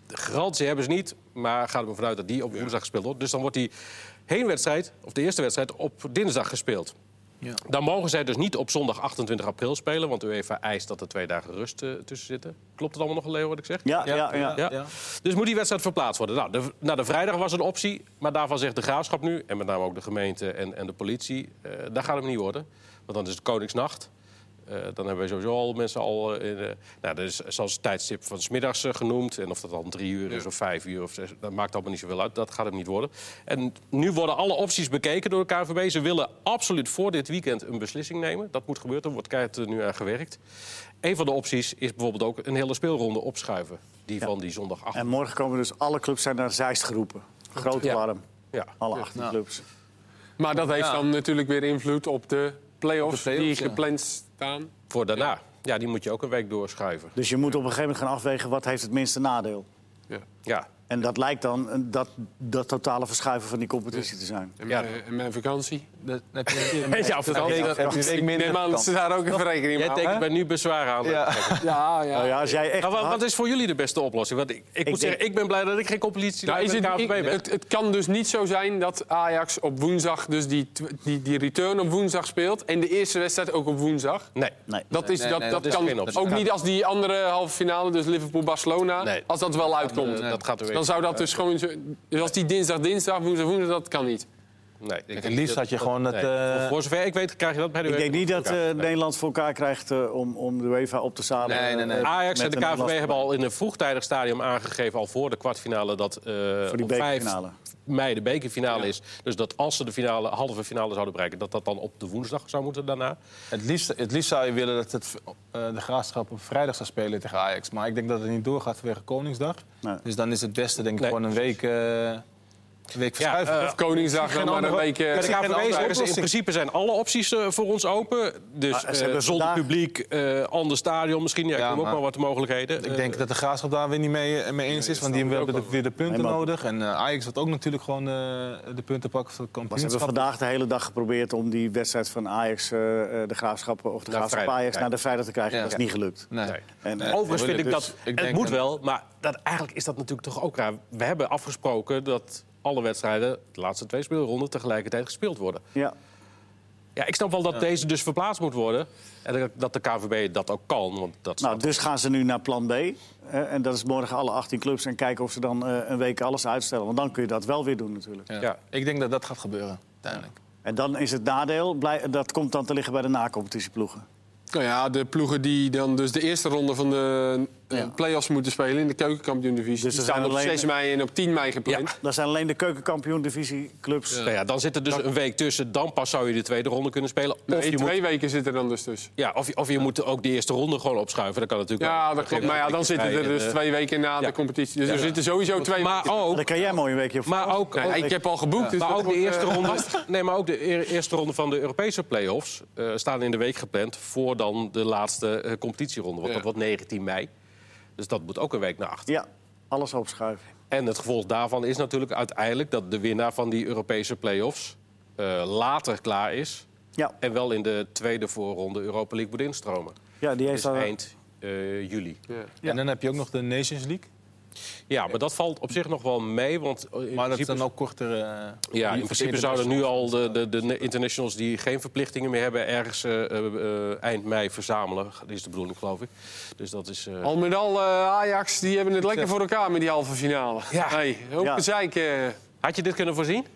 Speaker 1: De garantie hebben ze niet, maar gaan er maar vanuit dat die op woensdag gespeeld wordt. Dus dan wordt die heenwedstrijd, of de eerste wedstrijd, op dinsdag gespeeld. Dan mogen zij dus niet op zondag 28 april spelen, want UEFA eist dat er twee dagen rust eh, tussen zitten. Klopt het allemaal nog, Leo, wat ik zeg?
Speaker 2: Ja, ja, ja.
Speaker 1: Ja. Dus moet die wedstrijd verplaatst worden. Nou, de, nou, de vrijdag was een optie, maar daarvan zegt de graafschap nu, en met name ook de gemeente en, en de politie, eh dat gaat hem niet worden. Want dan is het Koningsnacht. Eh, dan hebben we sowieso al mensen al. eh, in, eh, nou, er is zelfs het tijdstip van 's middags eh, genoemd. En of dat dan drie uur is of vijf uur of zes, dat maakt allemaal niet zoveel uit. Dat gaat hem niet worden. En nu worden alle opties bekeken door de KNVB. Ze willen absoluut voor dit weekend een beslissing nemen. Dat moet gebeuren, daar wordt keihard eh, nu aan gewerkt. Een van de opties is bijvoorbeeld ook een hele speelronde opschuiven. Die van die zondag 8.
Speaker 2: En morgen komen dus alle clubs zijn naar Zeist geroepen. Groot
Speaker 1: Ja. nou.
Speaker 2: alarm.
Speaker 1: Ja.
Speaker 2: Alle 18 clubs.
Speaker 4: Maar dat heeft
Speaker 3: Ja.
Speaker 4: dan natuurlijk weer invloed op de play-offs,
Speaker 3: Op de play-offs,
Speaker 4: die
Speaker 3: ja.
Speaker 4: gepland staan.
Speaker 1: Voor daarna. Ja, die moet je ook een week doorschuiven.
Speaker 2: Dus je moet op een gegeven moment gaan afwegen wat heeft het minste nadeel.
Speaker 1: Ja.
Speaker 2: En dat lijkt dan een- dat, dat totale verschuiven van die competitie te zijn.
Speaker 4: En,
Speaker 1: Ja.
Speaker 4: mijn, en mijn vakantie.
Speaker 3: Dat heb je
Speaker 1: Ja,
Speaker 3: dat heb je- Nou, dat heb je een week
Speaker 4: Ik
Speaker 3: minder
Speaker 4: neem aan dat ze
Speaker 3: vakantie.
Speaker 4: daar ook even rekening mee
Speaker 1: Jij
Speaker 4: houden.
Speaker 1: tekent bij nu bezwaar aan.
Speaker 3: Ja.
Speaker 4: Ja, ja.
Speaker 2: Nou ja, als jij echt
Speaker 1: Nou, wa-
Speaker 2: hard-
Speaker 1: wat is voor jullie de beste oplossing? Want ik, ik, moet
Speaker 2: denk-
Speaker 1: zeggen, ik ben blij dat ik geen competitie
Speaker 4: Nou, is
Speaker 1: met
Speaker 4: het,
Speaker 1: KNVB
Speaker 4: ik-
Speaker 1: ben.
Speaker 4: het, het kan dus niet zo zijn dat Ajax op woensdag, dus die, tw- die, die return op woensdag speelt en de eerste wedstrijd ook op woensdag.
Speaker 1: Nee.
Speaker 2: Nee.
Speaker 4: Dat, is,
Speaker 3: Nee,
Speaker 4: dat,
Speaker 3: nee,
Speaker 4: dat,
Speaker 1: dat is geen
Speaker 4: kan
Speaker 1: optie.
Speaker 4: ook niet als die andere halve finale, dus Liverpool-Barcelona,
Speaker 1: Nee.
Speaker 4: als dat wel uitkomt.
Speaker 1: nee. Dat gaat er weer-
Speaker 4: dan zou dat dus gewoon. zo- Dus als die dinsdag, dinsdag, woensdag, woensdag, dat kan niet.
Speaker 1: nee ik denk
Speaker 3: het liefst
Speaker 1: dat-
Speaker 3: had je
Speaker 1: dat-
Speaker 3: gewoon dat,
Speaker 1: nee.
Speaker 3: eh,
Speaker 1: Voor- Voor zover ik weet krijg je dat bij de
Speaker 2: Ik denk
Speaker 1: UEFA
Speaker 2: niet
Speaker 1: voor
Speaker 2: dat eh,
Speaker 1: elkaar. Nee.
Speaker 2: Nederland voor elkaar krijgt eh, om, om de UEFA op te zadelen.
Speaker 3: Nee, nee, nee.
Speaker 2: eh,
Speaker 1: Ajax en
Speaker 2: met
Speaker 1: de
Speaker 2: een
Speaker 1: KVB
Speaker 2: last-
Speaker 1: hebben al in een vroegtijdig stadium aangegeven... al voor de kwartfinale dat eh
Speaker 2: Voor die
Speaker 1: op 5
Speaker 2: bekerfinale.
Speaker 1: mei de bekerfinale is. Dus dat als ze de finale, halve finale zouden bereiken... dat dat dan op de woensdag zou moeten daarna.
Speaker 3: Het liefst, het liefst zou je willen dat het, eh, de graafschap op vrijdag zou spelen tegen Ajax. Maar ik denk dat het niet doorgaat vanwege Koningsdag.
Speaker 2: Nee.
Speaker 3: Dus dan is het beste, denk ik,
Speaker 1: Nee.
Speaker 3: gewoon een week, eh, een week verschuiven.
Speaker 1: eh,
Speaker 4: Of Koningsdag, dan maar een eh,
Speaker 3: andere-
Speaker 4: beetje.
Speaker 1: Ja, de
Speaker 3: Ik zie geen
Speaker 1: KVB
Speaker 3: andere
Speaker 1: zeggen ze, in
Speaker 3: oplossing.
Speaker 1: principe zijn alle opties eh, voor ons open. Dus
Speaker 2: Ah, ze
Speaker 1: eh,
Speaker 2: hebben
Speaker 1: zonder
Speaker 2: vandaag-
Speaker 1: publiek, eh, ander stadion misschien. Ja, ik
Speaker 3: Ja,
Speaker 1: noem ook
Speaker 3: maar-
Speaker 1: maar wat mogelijkheden. Eh,
Speaker 3: Ik denk dat de graafschap daar weer niet mee, mee eens is. Want die hebben de- weer de punten
Speaker 2: Nee, maar-
Speaker 3: nodig. En eh, Ajax had ook natuurlijk gewoon eh, de punten pakken voor
Speaker 2: Maar ze
Speaker 3: het
Speaker 2: hebben
Speaker 3: kampioenschap.
Speaker 2: vandaag de hele dag geprobeerd om die wedstrijd van Ajax, eh, eh, de graafschap of de
Speaker 1: Naar
Speaker 2: graafschap
Speaker 1: vrijdag,
Speaker 2: Ajax,
Speaker 1: ja.
Speaker 2: naar de vrijdag te krijgen.
Speaker 3: Ja.
Speaker 2: Dat is niet gelukt.
Speaker 3: Nee.
Speaker 1: Nee.
Speaker 2: En, eh,
Speaker 1: Overigens vind
Speaker 3: moeilijk.
Speaker 1: ik dat,
Speaker 3: Dus ik
Speaker 1: het
Speaker 3: denk
Speaker 1: moet
Speaker 3: dat-
Speaker 1: wel, maar dat, eigenlijk is dat natuurlijk toch ook raar. We hebben afgesproken dat alle wedstrijden, de laatste twee speelronden, tegelijkertijd gespeeld worden.
Speaker 2: ja.
Speaker 1: Ja, ik snap wel dat deze dus verplaatst moet worden. En dat- dat de KVB dat ook kan, want dat
Speaker 2: Nou, dus gaan ze nu naar plan B. eh, en dat is morgen alle 18 clubs. En kijken of ze dan eh, een week alles uitstellen. Want dan kun je dat wel weer doen natuurlijk.
Speaker 3: Ja.
Speaker 1: Ja.
Speaker 3: Ik denk dat dat gaat gebeuren, uiteindelijk.
Speaker 2: En dan is het nadeel, blij- dat komt dan te liggen bij de na-competitieploegen.
Speaker 4: Nou ja, de ploegen die dan dus de eerste ronde van de eh,
Speaker 2: Ja.
Speaker 4: play-offs moeten spelen in de keukenkampioen-divisie.
Speaker 2: Dus
Speaker 4: die
Speaker 2: er
Speaker 4: staan
Speaker 2: zijn
Speaker 4: op
Speaker 2: alleen-
Speaker 4: 6 mei en op 10 mei gepland.
Speaker 1: Ja.
Speaker 2: Dat zijn alleen de keukenkampioen-divisie-clubs.
Speaker 1: Nou ja, dan zit er dus een week tussen. Dan pas zou je de tweede ronde kunnen spelen. Of,
Speaker 4: Nee,
Speaker 1: je, moet,
Speaker 4: twee weken zit er dan dus tussen.
Speaker 1: ja, of, je- of je moet ook de eerste ronde gewoon opschuiven. Dat kan natuurlijk
Speaker 4: Ja,
Speaker 1: ook.
Speaker 4: dat klopt. Maar ja, dan zitten er
Speaker 1: eh,
Speaker 4: dus twee weken na de competitie. Dus er zitten sowieso twee
Speaker 1: Maar
Speaker 4: weken.
Speaker 1: ook,
Speaker 2: Dan kan jij mooi een weekje op
Speaker 1: maar ook,
Speaker 4: Nee,
Speaker 1: ook-
Speaker 4: ik heb al geboekt. dus
Speaker 1: maar
Speaker 4: dat
Speaker 1: ook de
Speaker 4: wordt,
Speaker 1: eerste
Speaker 4: eh,
Speaker 1: ronde, nee, maar ook de eer- eerste ronde van de Europese play-offs eh, staan in de week gepland voor dan de laatste eh, competitieronde. Want
Speaker 4: Ja.
Speaker 1: dat wordt 19 mei. Dus dat moet ook een week naar achter.
Speaker 2: Ja, alles opschuiven.
Speaker 1: En het gevolg daarvan is natuurlijk uiteindelijk dat de winnaar van die Europese play-offs eh, later klaar is.
Speaker 2: Ja,
Speaker 1: En wel in de tweede voorronde Europa League moet instromen.
Speaker 2: ja die
Speaker 1: Dat
Speaker 2: heeft
Speaker 1: is
Speaker 2: al-
Speaker 1: eind eh, juli.
Speaker 4: ja.
Speaker 2: Ja.
Speaker 3: En dan heb je ook nog de Nations League.
Speaker 1: Ja, maar dat valt op zich nog wel mee. Want eh, in
Speaker 3: Maar dat is
Speaker 1: principe,
Speaker 3: dan ook korter... eh,
Speaker 1: ja, in
Speaker 3: niet
Speaker 1: principe
Speaker 3: voor
Speaker 1: zouden nu al de,
Speaker 3: internationals.
Speaker 1: de, de internationals die geen verplichtingen meer hebben... ergens eh, eh, eh, eind mei verzamelen. Dat is de bedoeling, geloof ik. Dus dat is... eh,
Speaker 4: Al met al, eh, Ajax, die hebben het lekker voor elkaar met die halve finale.
Speaker 1: Ja.
Speaker 4: Hey, hoop
Speaker 2: Ja.
Speaker 4: gezeik. eh.
Speaker 1: Had je dit kunnen voorzien?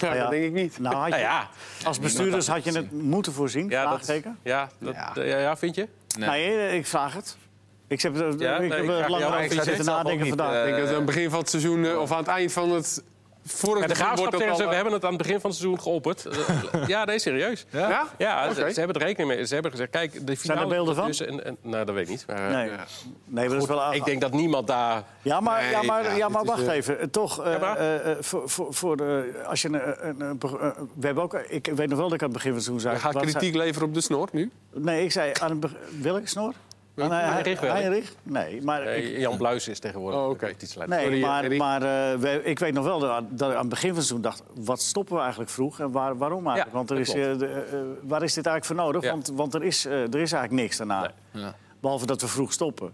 Speaker 4: nou,
Speaker 2: ja.
Speaker 4: dat denk ik niet.
Speaker 2: Nou, had je-
Speaker 1: Nou ja,
Speaker 2: als bestuurders had je het moeten voorzien,
Speaker 1: ja, dat,
Speaker 2: vraagteken.
Speaker 1: ja, dat, ja. ja, vind je?
Speaker 3: Nee.
Speaker 2: Nee, ik vraag het. Ik heb, er-
Speaker 1: Ja,
Speaker 2: ik
Speaker 1: nee, ik vraag
Speaker 2: heb er
Speaker 1: jou
Speaker 2: langer
Speaker 1: eigenlijk
Speaker 2: over zitten
Speaker 3: zelf ook
Speaker 2: nadenken
Speaker 3: niet,
Speaker 2: vandaag.
Speaker 3: eh,
Speaker 4: Ik denk dat aan het begin van het seizoen eh, of aan het eind van het
Speaker 1: Ja, de
Speaker 4: vorig seizoen
Speaker 1: graafschap
Speaker 4: wordt dat
Speaker 1: tegen ze,
Speaker 4: al,
Speaker 1: we
Speaker 4: eh,
Speaker 1: hebben het aan het begin van het seizoen geopperd. Eh, ja, nee, serieus.
Speaker 3: hebben-
Speaker 4: Ja?
Speaker 1: Ja, ze-
Speaker 4: Oké.
Speaker 1: ze, hebben er rekening mee. Ze hebben gezegd, kijk, de finale...
Speaker 2: er beelden van? Ah.
Speaker 1: dus en, en, nou, dat weet ik niet. Maar, eh,
Speaker 2: nee. nee, maar dat is wel
Speaker 1: Ik denk dat niemand daar...
Speaker 2: Ja, maar, ja, maar,
Speaker 4: ja,
Speaker 2: ja,
Speaker 4: dit
Speaker 2: maar
Speaker 4: is,
Speaker 2: wacht
Speaker 4: eh,
Speaker 2: even. Eh, Toch, eh,
Speaker 1: Ja, maar-
Speaker 2: eh, eh, voor, voor, voor de, als je een, een, een pro- eh, we hebben ook, ik weet nog wel dat ik aan het begin van het seizoen zei...
Speaker 4: Hij gaat
Speaker 2: wat zei-
Speaker 4: kritiek leveren op de snor nu.
Speaker 2: nee, ik zei aan het begin... Welke snor? Aan, eh,
Speaker 1: Heinrich wel.
Speaker 2: Heinrich? Nee, maar... ik-
Speaker 1: Eh, Jan Bluis is tegenwoordig
Speaker 4: Oh, oké.
Speaker 1: competitieleider.
Speaker 2: Nee,
Speaker 4: sorry,
Speaker 2: maar,
Speaker 4: Erik.
Speaker 2: maar eh, we- ik weet nog wel dat, dat ik aan het begin van het seizoen dacht... wat stoppen we eigenlijk vroeg en waar, waarom eigenlijk?
Speaker 1: Ja,
Speaker 2: want er
Speaker 1: dat
Speaker 2: is, eh, de, eh, eh, waar is dit eigenlijk voor nodig?
Speaker 1: Ja.
Speaker 2: Want, want er, is, eh, er is eigenlijk niks daarna. Behalve dat we vroeg stoppen.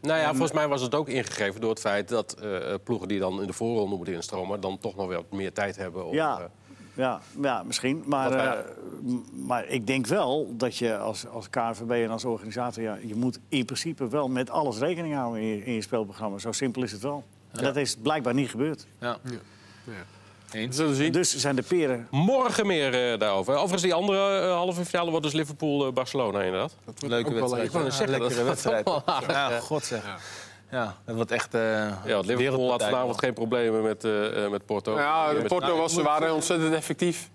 Speaker 1: Nou ja, volgens mij was het ook ingegeven door het feit dat eh, ploegen die dan in de voorronde moeten instromen... dan toch nog wel meer tijd hebben. Om,
Speaker 2: Ja,
Speaker 1: eh,
Speaker 2: ja, ja misschien. Maar,
Speaker 1: Want,
Speaker 2: eh,
Speaker 1: ja.
Speaker 2: m- maar ik denk wel dat je als, als KNVB en als organisator... Ja, je moet in principe wel met alles rekening houden in je, in je spelprogramma. Zo simpel is het wel. En dat is blijkbaar niet gebeurd.
Speaker 3: Ja.
Speaker 4: Dat zullen we zien.
Speaker 2: Dus zijn de peren...
Speaker 1: morgen meer eh, daarover. Overigens, die andere eh, halve finale wordt dus Liverpool-Barcelona inderdaad.
Speaker 3: Leuke wedstrijd.
Speaker 4: ook wel leuk. Ik wou
Speaker 1: net
Speaker 3: Ja,
Speaker 1: zeggen,
Speaker 3: lekkere
Speaker 1: dat-
Speaker 3: wedstrijd. Ja, god zeg. Ja. dat wordt echt... eh,
Speaker 1: Ja, want Liverpool had
Speaker 3: wereldpartij.
Speaker 1: vanavond geen problemen met, eh, eh, met Porto.
Speaker 4: Ja,
Speaker 1: Eh, met-
Speaker 4: Porto was, ze waren ontzettend effectief.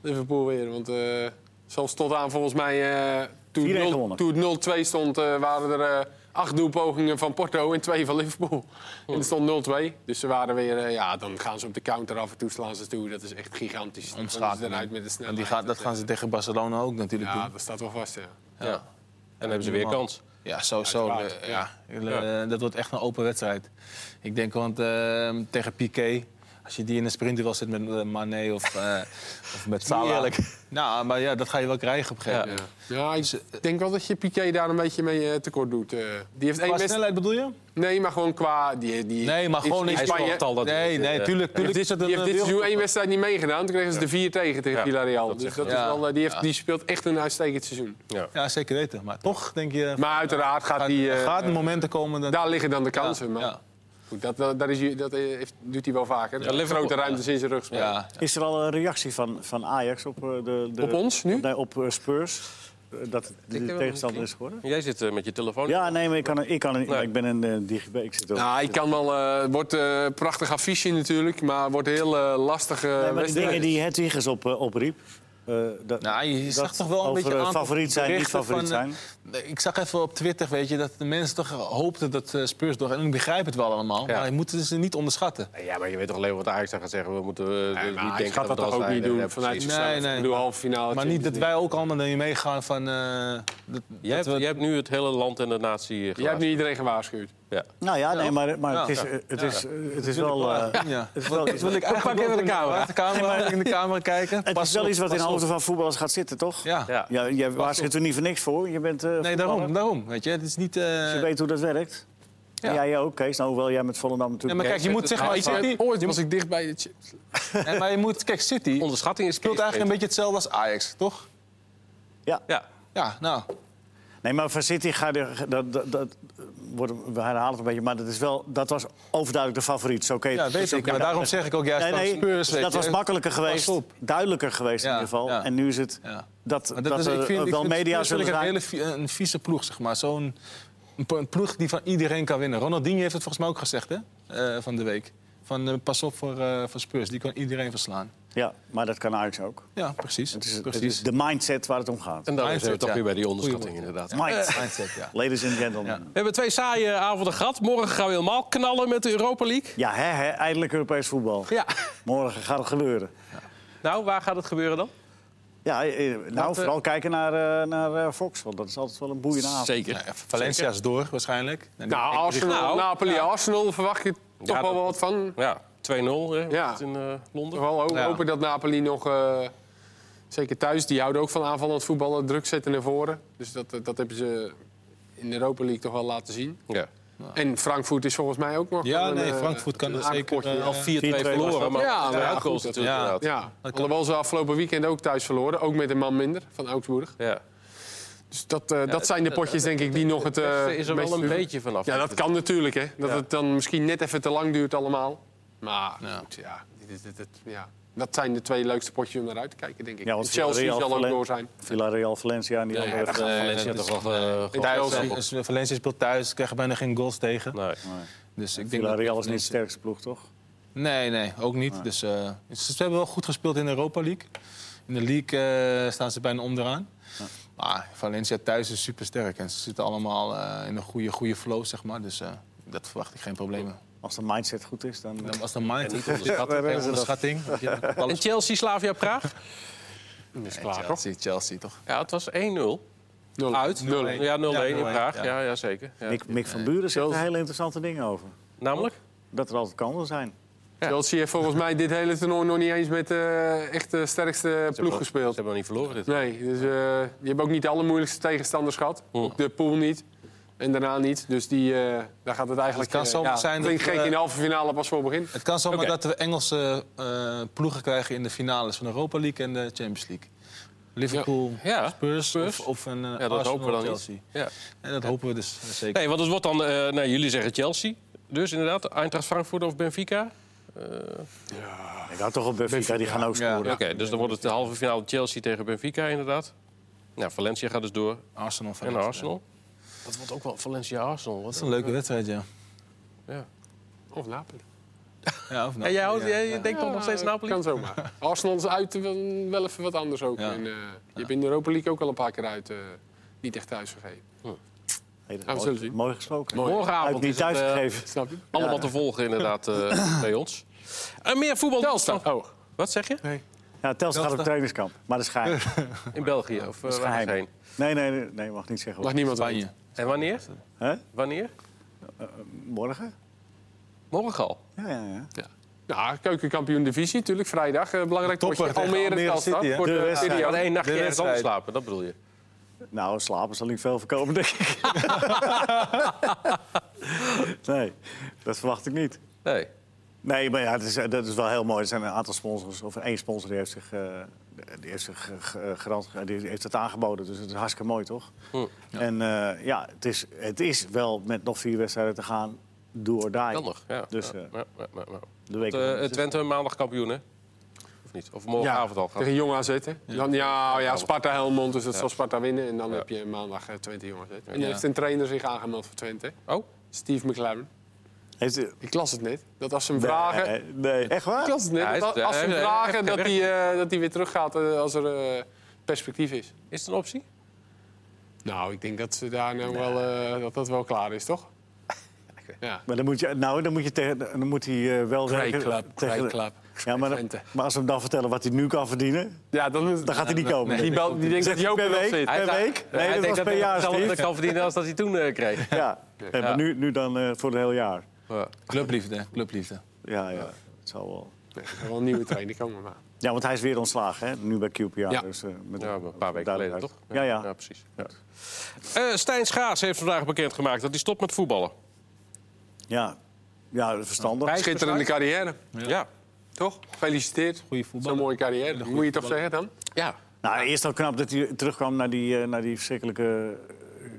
Speaker 4: Liverpool weer. Want eh, zelfs tot aan volgens mij... eh toen,
Speaker 2: 4-1
Speaker 4: het nul-
Speaker 2: gewonnen.
Speaker 4: toen het 0-2 stond, eh, waren er eh, acht doelpogingen van Porto en twee van Liverpool. En het stond 0-2. Dus ze waren weer... eh, ja, dan gaan ze op de counter af en toe slaan ze toe. Dat is echt gigantisch. Dan gaan ze
Speaker 3: Omschakeling.
Speaker 4: eruit met de
Speaker 3: En
Speaker 4: snelheid. eh,
Speaker 3: die gaat, dat gaan ze tegen Barcelona ook natuurlijk
Speaker 4: Ja,
Speaker 3: doen.
Speaker 4: dat staat wel vast, ja.
Speaker 1: Ja. En dan hebben ze weer kans.
Speaker 3: Ja, sowieso.
Speaker 4: Uiteraard,
Speaker 3: Eh,
Speaker 4: ja.
Speaker 3: ja. Eh, dat wordt echt een open wedstrijd. Ik denk, want eh, tegen Piqué, als je die in een sprintduel zit met eh, Mané of, eh, of met Salah...
Speaker 1: eerlijk.
Speaker 3: Nou, maar ja, dat ga je wel krijgen op een gegeven
Speaker 4: Ja.
Speaker 3: moment.
Speaker 4: Ja, ik denk wel dat je Piqué daar een beetje mee eh, tekort doet. eh. die heeft één
Speaker 3: Qua
Speaker 4: wedstrijd.
Speaker 3: snelheid bedoel je?
Speaker 4: Nee, maar gewoon qua. Die, die,
Speaker 3: Nee, maar gewoon
Speaker 4: in
Speaker 3: in
Speaker 4: Spanje.
Speaker 1: Spanje- al dat-
Speaker 3: Nee, nee,
Speaker 1: eh,
Speaker 3: tuurlijk,
Speaker 4: Die
Speaker 3: tuurlijk
Speaker 4: heeft
Speaker 3: is
Speaker 4: dit,
Speaker 3: dat een
Speaker 4: die heeft dit
Speaker 3: eh,
Speaker 4: seizoen één wedkregen niet meegedaan. Toen kregen ze de vier tegen tegen
Speaker 1: Ja,
Speaker 4: Villarreal.
Speaker 1: dat
Speaker 4: dus
Speaker 1: zegt
Speaker 4: dat is
Speaker 3: wel.
Speaker 4: wel, eh, die, heeft,
Speaker 3: Ja.
Speaker 4: die speelt echt een uitstekend seizoen.
Speaker 3: Ja, zeker weten. Maar toch denk je...
Speaker 4: Maar uiteraard gaat
Speaker 3: gaat,
Speaker 4: die. eh,
Speaker 3: gaat er momenten komen... Dat,
Speaker 4: daar liggen dan de
Speaker 3: ja,
Speaker 4: kansen. maar
Speaker 3: ja.
Speaker 4: Goed, dat, dat, dat is, je- dat eh, heeft, doet hij wel vaker.
Speaker 1: Ja, Liverpool-
Speaker 4: grote ruimtes in zijn rug spelen.
Speaker 3: Ja,
Speaker 2: Is er al een reactie van, van Ajax op eh, de, de...
Speaker 4: Op ons nu?
Speaker 2: Nee, op eh, Spurs. Eh, Dat de
Speaker 1: wel
Speaker 2: tegenstander is geworden.
Speaker 1: Jij zit eh, met je telefoon.
Speaker 2: Ja, nee, maar ik, kan, een- ik, kan, een-
Speaker 1: Nee.
Speaker 2: ik ben een eh, DigiB. Ik zit op.
Speaker 4: Nou, ik kan wel. eh, Het wordt eh, een prachtig affiche natuurlijk, maar wordt een heel eh, lastige
Speaker 2: Nee, maar die
Speaker 4: wedstrijd.
Speaker 2: dingen die Hedwiges op, eh, opriep. eh, dat,
Speaker 3: Nou, je
Speaker 2: dat
Speaker 3: zag toch wel een
Speaker 2: over,
Speaker 3: beetje
Speaker 2: eh,
Speaker 3: aantal
Speaker 2: favoriet zijn, niet
Speaker 3: berichten
Speaker 2: favoriet
Speaker 3: van,
Speaker 2: zijn.
Speaker 3: eh, Ik zag even op Twitter, weet je, dat de mensen toch hoopten dat eh, Spurs door. En ik begrijp het wel allemaal,
Speaker 1: Ja.
Speaker 3: maar je moet ze dus niet onderschatten.
Speaker 1: Ja, maar je weet toch alleen wat Ajax dan gaat zeggen. We moeten eh,
Speaker 4: Nee,
Speaker 1: niet
Speaker 4: maar hij
Speaker 1: denken
Speaker 4: gaat dat
Speaker 1: we
Speaker 4: toch ook
Speaker 1: zijn.
Speaker 4: niet
Speaker 1: Nee,
Speaker 4: doen
Speaker 1: nee,
Speaker 4: vanuit
Speaker 1: precies.
Speaker 4: zichzelf.
Speaker 3: Nee, nee.
Speaker 4: Ik bedoel, halve finale.
Speaker 3: Maar niet dat
Speaker 4: Champions
Speaker 3: wij ook allemaal naar je meegaan van... eh, dat,
Speaker 1: Jij hebt,
Speaker 3: dat we-
Speaker 1: jij hebt nu het hele land en de natie eh,
Speaker 4: League. Jij hebt
Speaker 1: gewaarschuwd.
Speaker 4: nu iedereen gewaarschuwd.
Speaker 1: Ja.
Speaker 2: Nou ja, nee, maar, maar
Speaker 3: Ja.
Speaker 2: het is, eh, het is, eh, het is wel... eh,
Speaker 3: ja.
Speaker 2: het is wel-
Speaker 3: Dat wil ik eigenlijk
Speaker 1: even
Speaker 3: wel
Speaker 1: de
Speaker 3: in
Speaker 1: camera.
Speaker 3: laat De camera eigenlijk in de camera kijken.
Speaker 2: Het
Speaker 3: Pas
Speaker 2: is wel
Speaker 3: op,
Speaker 2: iets wat in
Speaker 3: pas
Speaker 2: de
Speaker 3: op.
Speaker 2: hoofden van voetballers gaat zitten, toch?
Speaker 3: Ja.
Speaker 1: Ja.
Speaker 2: Ja, jij waarschuwt er niet voor niks voor. Je bent eh,
Speaker 3: Nee,
Speaker 2: voetballer. Dus
Speaker 3: daarom, daarom. Weet je, het is niet... eh,
Speaker 2: Je weet hoe dat werkt.
Speaker 3: Ja.
Speaker 2: Ja, jij ook, Kees. Nou, hoewel jij met Volendam
Speaker 3: nee,
Speaker 2: natuurlijk...
Speaker 3: maar kijk, je moet zeg maar...
Speaker 4: Ik zei
Speaker 3: City,
Speaker 4: het Nou, ooit was ik dicht bij de chips.
Speaker 3: nee, maar je moet... Kijk, City speelt
Speaker 1: Onderschatting is
Speaker 3: eigenlijk een beetje hetzelfde als Ajax, toch?
Speaker 1: Ja.
Speaker 3: Ja, nou.
Speaker 2: Nee, maar van City gaat... er- Dat, dat, dat, wordt, we herhalen het een beetje, maar dat, is wel, dat was overduidelijk de favoriet. Zo kun je-
Speaker 3: Ja, weet
Speaker 2: zo
Speaker 3: ik.
Speaker 2: kun je
Speaker 3: Maar
Speaker 2: dat-
Speaker 3: daarom zeg ik ook juist
Speaker 2: Nee,
Speaker 3: van
Speaker 2: nee,
Speaker 3: Spurs, weet
Speaker 2: dat
Speaker 3: je.
Speaker 2: was makkelijker geweest,
Speaker 3: Pas op.
Speaker 2: duielijker geweest in
Speaker 3: Ja,
Speaker 2: ieder geval.
Speaker 3: ja.
Speaker 2: En nu is het
Speaker 3: Ja.
Speaker 2: dat,
Speaker 3: Maar
Speaker 2: dat,
Speaker 3: is-
Speaker 2: er wel
Speaker 3: vind
Speaker 2: media
Speaker 3: Spurs vind
Speaker 2: zullen
Speaker 3: ik
Speaker 2: zijn.
Speaker 3: een hele vie- een vieze ploeg, zeg maar. Zo'n een po- een ploeg die van iedereen kan winnen. Ronaldinho heeft het volgens mij ook gezegd, hè? eh, van de week. Van eh, pas op voor, eh, voor Spurs, die kan iedereen verslaan.
Speaker 2: Ja, maar dat kan Ajax ook.
Speaker 3: Ja, precies.
Speaker 2: Het is, het
Speaker 3: precies.
Speaker 2: is de mindset waar het om gaat.
Speaker 1: En dan zijn we
Speaker 3: Mindset,
Speaker 1: toch
Speaker 3: ja.
Speaker 1: weer bij die onderschatting inderdaad.
Speaker 2: Mindset.
Speaker 3: mindset, ja.
Speaker 2: Ladies and gentlemen.
Speaker 1: We hebben twee saaie avonden gehad. Morgen gaan we helemaal knallen met de Europa League.
Speaker 2: Ja, hè, hè, eindelijk Europees voetbal.
Speaker 1: Ja.
Speaker 2: Morgen gaat het gebeuren.
Speaker 1: Nou, waar gaat het gebeuren dan?
Speaker 2: Ja, eh, nou,
Speaker 1: Laten we-
Speaker 2: vooral kijken naar, eh, naar eh, Fox, want dat is altijd wel een boeiende avond.
Speaker 1: Zeker.
Speaker 3: Nou ja, Valencia is door, waarschijnlijk. En die-
Speaker 4: Nou, Arsenal,
Speaker 1: Nou,
Speaker 4: Napoli, Arsenal verwacht je toch
Speaker 1: dat-
Speaker 4: wel wat van.
Speaker 1: Ja, 2-0 hè,
Speaker 4: Ja.
Speaker 1: was het in eh, Londen.
Speaker 4: Vooral ho-
Speaker 3: Ja.
Speaker 4: hopen dat Napoli nog, eh, zeker thuis, die houden ook van aanvallend voetballen, druk zetten naar voren. Dus dat, dat hebben ze in de Europa League toch wel laten zien.
Speaker 1: Ja. 4-2
Speaker 4: En Frankfurt is volgens mij ook nog.
Speaker 3: Ja,
Speaker 4: wel een,
Speaker 3: nee,
Speaker 4: eh,
Speaker 3: Frankfurt kan
Speaker 4: een
Speaker 3: dat zeker,
Speaker 4: aankortje.
Speaker 3: eh,
Speaker 1: of 4-2
Speaker 2: was
Speaker 1: verloren,
Speaker 2: dat.
Speaker 1: maar
Speaker 4: Ja,
Speaker 1: ja,
Speaker 4: maar ja,
Speaker 1: ja, goals
Speaker 4: goed,
Speaker 1: natuurlijk
Speaker 3: ja.
Speaker 1: inderdaad.
Speaker 4: Ja,
Speaker 3: kan.
Speaker 4: alhoewel ze afgelopen weekend ook thuis verloren. Ook met een man minder van Augsburg.
Speaker 1: Ja.
Speaker 4: Dus dat, eh, dat zijn de potjes, denk ik, die nog het. eh,
Speaker 1: Beste is er
Speaker 4: meest
Speaker 1: wel een
Speaker 4: duren.
Speaker 1: beetje vanaf.
Speaker 4: Ja, dat kan natuurlijk, hè. Dat
Speaker 1: Ja.
Speaker 4: het dan misschien net even te lang duurt, allemaal. Maar
Speaker 3: Ja.
Speaker 4: goed, ja. Dit, dit, dit, ja. Dat zijn de twee leukste potjes om naar uit te kijken, denk ik.
Speaker 2: Ja, want
Speaker 4: Chelsea
Speaker 2: Villarreal
Speaker 4: zal ook
Speaker 2: Valen-
Speaker 4: door zijn.
Speaker 2: Villarreal, Valencia en die
Speaker 1: Ja, ja,
Speaker 2: andere.
Speaker 1: dat gaat Valencia
Speaker 3: dat is-
Speaker 1: toch wel, eh, gewoon
Speaker 4: Chelsea.
Speaker 1: wel op.
Speaker 3: Valencia- Dus Valencia speelt thuis, krijgen bijna geen goals tegen.
Speaker 1: Nee.
Speaker 3: Dus ik denk dat-
Speaker 2: Villarreal is niet de sterkste ploeg, toch?
Speaker 3: Nee, nee, ook niet. Dus, eh, ze hebben wel goed gespeeld in de Europa League. In de League eh, staan ze bijna onderaan. Maar Valencia thuis is supersterk. En ze zitten allemaal eh, in een goede, goede flow, zeg maar. Dus eh, dat verwacht ik geen problemen.
Speaker 2: Als de mindset goed is, dan... eh,
Speaker 3: Dan was de mind niet
Speaker 2: daar
Speaker 3: onderschatting.
Speaker 2: hebben
Speaker 3: geen
Speaker 2: ze dat.
Speaker 3: onderschatting. Want je hebt alles-
Speaker 1: En Chelsea, Slavia, Praag?
Speaker 4: Dat is klaar, toch?
Speaker 3: Chelsea, Chelsea, toch?
Speaker 1: Ja, het was 1-0.
Speaker 4: Nul.
Speaker 1: Uit?
Speaker 4: Nul.
Speaker 1: Ja, 0-1
Speaker 3: Ja,
Speaker 1: in
Speaker 3: 0-1,
Speaker 1: Praag.
Speaker 3: ja.
Speaker 1: Ja, ja zeker. Ja.
Speaker 2: Mick, Mick van Buren zegt
Speaker 4: Zelfs-
Speaker 2: er hele interessante dingen over.
Speaker 1: Namelijk?
Speaker 2: Dat er altijd kansen zijn.
Speaker 1: Ja.
Speaker 4: Chelsea heeft volgens mij dit hele toernooi nog niet eens met eh, echt de sterkste ploeg
Speaker 1: Ze
Speaker 4: gespeeld.
Speaker 1: hebben nog niet verloren dit.
Speaker 4: Nee, dus eh, die hebben ook niet de allermoeilijkste tegenstanders gehad.
Speaker 1: Hm.
Speaker 4: Ook de pool niet. En daarna niet. Dus die, eh, daar gaat het eigenlijk...
Speaker 3: Het kan
Speaker 4: eh,
Speaker 3: zomaar zijn
Speaker 4: het
Speaker 3: dat
Speaker 4: klinkt
Speaker 3: we-
Speaker 4: gek in de halve finale pas voor begin.
Speaker 3: Het kan zomaar
Speaker 1: Oké.
Speaker 3: dat we Engelse eh, ploegen krijgen in de finales van de Europa League en de Champions League. Liverpool,
Speaker 1: Ja,
Speaker 3: Spurs,
Speaker 1: Spurs.
Speaker 3: of, of een eh,
Speaker 1: dat
Speaker 3: Arsenal,
Speaker 1: hopen we dan niet.
Speaker 3: Chelsea.
Speaker 1: Ja.
Speaker 3: En dat hopen we dus eh, zeker.
Speaker 1: Nee, want het wordt dan... eh, nee, jullie zeggen Chelsea. Dus inderdaad, Eintracht Frankfurt of Benfica.
Speaker 2: Ik had toch op Benfica, die gaan ook
Speaker 3: Ja.
Speaker 2: scoren.
Speaker 1: Oké, dus dan wordt het de halve finale Chelsea tegen Benfica inderdaad. Nou, Valencia gaat dus door.
Speaker 3: Arsenal van
Speaker 1: En Arsenal. Dat wordt ook wel Valencia-Arsenal.
Speaker 3: Dat is een leuke wedstrijd, ja.
Speaker 1: Ja.
Speaker 4: Of Napoli.
Speaker 3: Ja, of nou.
Speaker 1: En jij, houdt, jij denkt toch nog
Speaker 4: Ja,
Speaker 1: steeds Napoli?
Speaker 4: Ah, Kan zomaar. Arsenal is uit eh, wel, wel even wat anders ook.
Speaker 3: Ja.
Speaker 4: En, eh, je hebt in de Europa League ook al een paar keer uit eh, niet echt thuis gegeven.
Speaker 2: Hey, dat is
Speaker 4: Ja, we
Speaker 2: mooi-
Speaker 4: zullen zien.
Speaker 2: Mooi gesproken. Uit
Speaker 1: Morgenavond
Speaker 2: niet
Speaker 1: is het, eh,
Speaker 2: thuisgegeven.
Speaker 4: Snap je?
Speaker 1: allemaal te volgen inderdaad eh, bij ons. En meer voetbal...
Speaker 4: Telstar. Oh.
Speaker 1: Wat zeg je?
Speaker 2: Ja, Telstra gaat op trainingskamp, maar dat is geheim.
Speaker 1: In België? Of eh, waar
Speaker 2: geheim.
Speaker 1: is het heen?
Speaker 2: Nee, nee, nee, nee, mag niet zeggen.
Speaker 4: Mag
Speaker 2: hoor.
Speaker 4: niemand
Speaker 3: Spanje.
Speaker 4: weten.
Speaker 1: En wanneer?
Speaker 2: Hè?
Speaker 1: Wanneer?
Speaker 2: Morgen?
Speaker 1: Morgen al.
Speaker 2: Ja, ja, ja.
Speaker 4: Ja, Nou, keukenkampioen divisie natuurlijk, vrijdag. eh, belangrijk
Speaker 3: Topper
Speaker 4: potje.
Speaker 3: tegen
Speaker 4: Almere,
Speaker 3: Almere
Speaker 4: Telstar.
Speaker 3: City, hè?
Speaker 4: voor
Speaker 2: De
Speaker 4: de
Speaker 2: wedstrijd.
Speaker 1: Ja,
Speaker 4: periode.
Speaker 1: maar één nachtje
Speaker 3: de
Speaker 1: ergens anders
Speaker 3: wedstrijd.
Speaker 1: slapen, dat bedoel je.
Speaker 2: Nou, slapen zal niet veel voorkomen, denk ik. nee, dat verwacht ik niet.
Speaker 1: Nee.
Speaker 2: Nee, maar ja, het is, eh, dat is wel heel mooi. Er zijn een aantal sponsors, of één sponsor die heeft zich, eh, die heeft zich eh, ge- eh, garant, eh, die heeft het aangeboden. Dus het is hartstikke mooi, toch? En eh, ja, het is, het is wel met nog vier wedstrijden te gaan, do or die.
Speaker 1: Kan nog. Ja.
Speaker 2: Dus
Speaker 1: ja,
Speaker 2: eh,
Speaker 1: ja, ja, ja, ja.
Speaker 2: de week.
Speaker 1: Want, eh, Twente maandag kampioen, hè? Of niet? Of morgenavond al?
Speaker 4: Tegen Jong AZ, hè? Dan, ja, ja, Sparta Helmond, dus dat zal Sparta winnen. En dan heb je maandag eh, Twente Jong AZ. En
Speaker 3: Ja.
Speaker 4: heeft een trainer zich aangemeld voor Twente.
Speaker 1: Oh,
Speaker 4: Steve McLaren.
Speaker 2: heeft, eh,
Speaker 4: Ik las het net. Dat als ze hem vragen...
Speaker 2: nee, eh, nee, echt
Speaker 4: Ik
Speaker 2: waar?
Speaker 4: las het net.
Speaker 1: Ja, hij is-
Speaker 4: dat als ze hem
Speaker 1: hij- hij- hij-
Speaker 4: vragen dat
Speaker 1: hij-
Speaker 4: hij, eh, dat hij weer teruggaat eh, als er eh, perspectief is.
Speaker 1: is het een optie?
Speaker 4: Nou, ik denk dat ze daar nou wel, eh, dat dat wel klaar is, toch? Ja.
Speaker 2: Maar dan moet, je, nou, dan moet, je tegen, dan moet hij eh, wel
Speaker 4: Great
Speaker 2: zeggen-
Speaker 4: club,
Speaker 2: tegen-
Speaker 4: great club.
Speaker 2: Ja, maar, dan-
Speaker 4: Twente.
Speaker 2: maar als we hem dan vertellen wat hij nu kan verdienen,
Speaker 4: Ja, dan,
Speaker 2: dan gaat hij niet komen.
Speaker 4: die, bel, die denkt
Speaker 2: Zegt
Speaker 4: dat
Speaker 2: hij
Speaker 4: Joop
Speaker 2: per
Speaker 4: erop
Speaker 2: week?
Speaker 4: zit.
Speaker 2: Per
Speaker 1: Hij-
Speaker 2: week?
Speaker 1: hij-
Speaker 2: Nee,
Speaker 1: hij
Speaker 2: dat
Speaker 1: denkt
Speaker 2: was per
Speaker 1: hij
Speaker 2: jaar,
Speaker 1: hetzelfde
Speaker 2: Steve.
Speaker 1: kan verdienen als dat hij toen eh, kreeg.
Speaker 2: Ja, Nee, maar nu, nu dan eh, voor het hele jaar.
Speaker 1: Ja.
Speaker 3: Clubliefde, clubliefde.
Speaker 2: Ja, ja, het zal wel.
Speaker 4: Nee, er zal wel een nieuwe trainer komen, maar...
Speaker 2: Ja, want hij is weer ontslagen, hè? nu bij QPR.
Speaker 4: Ja.
Speaker 2: dus, eh, met
Speaker 1: Ja, een paar weken geleden, toch?
Speaker 2: Ja, ja.
Speaker 1: ja precies. Ja. Eh, Stijn Schaas heeft vandaag bekendgemaakt dat hij stopt met voetballen.
Speaker 2: Ja, ja dat is verstandig.
Speaker 1: Hij-
Speaker 4: Schitterende carrière,
Speaker 1: Ja. ja.
Speaker 4: toch? Gefeliciteerd.
Speaker 3: Goeie voetballer.
Speaker 4: Zo'n mooie carrière. Dat moet je toch zeggen dan?
Speaker 2: Nou, eerst al knap dat hij terugkwam naar die, eh, naar die verschrikkelijke...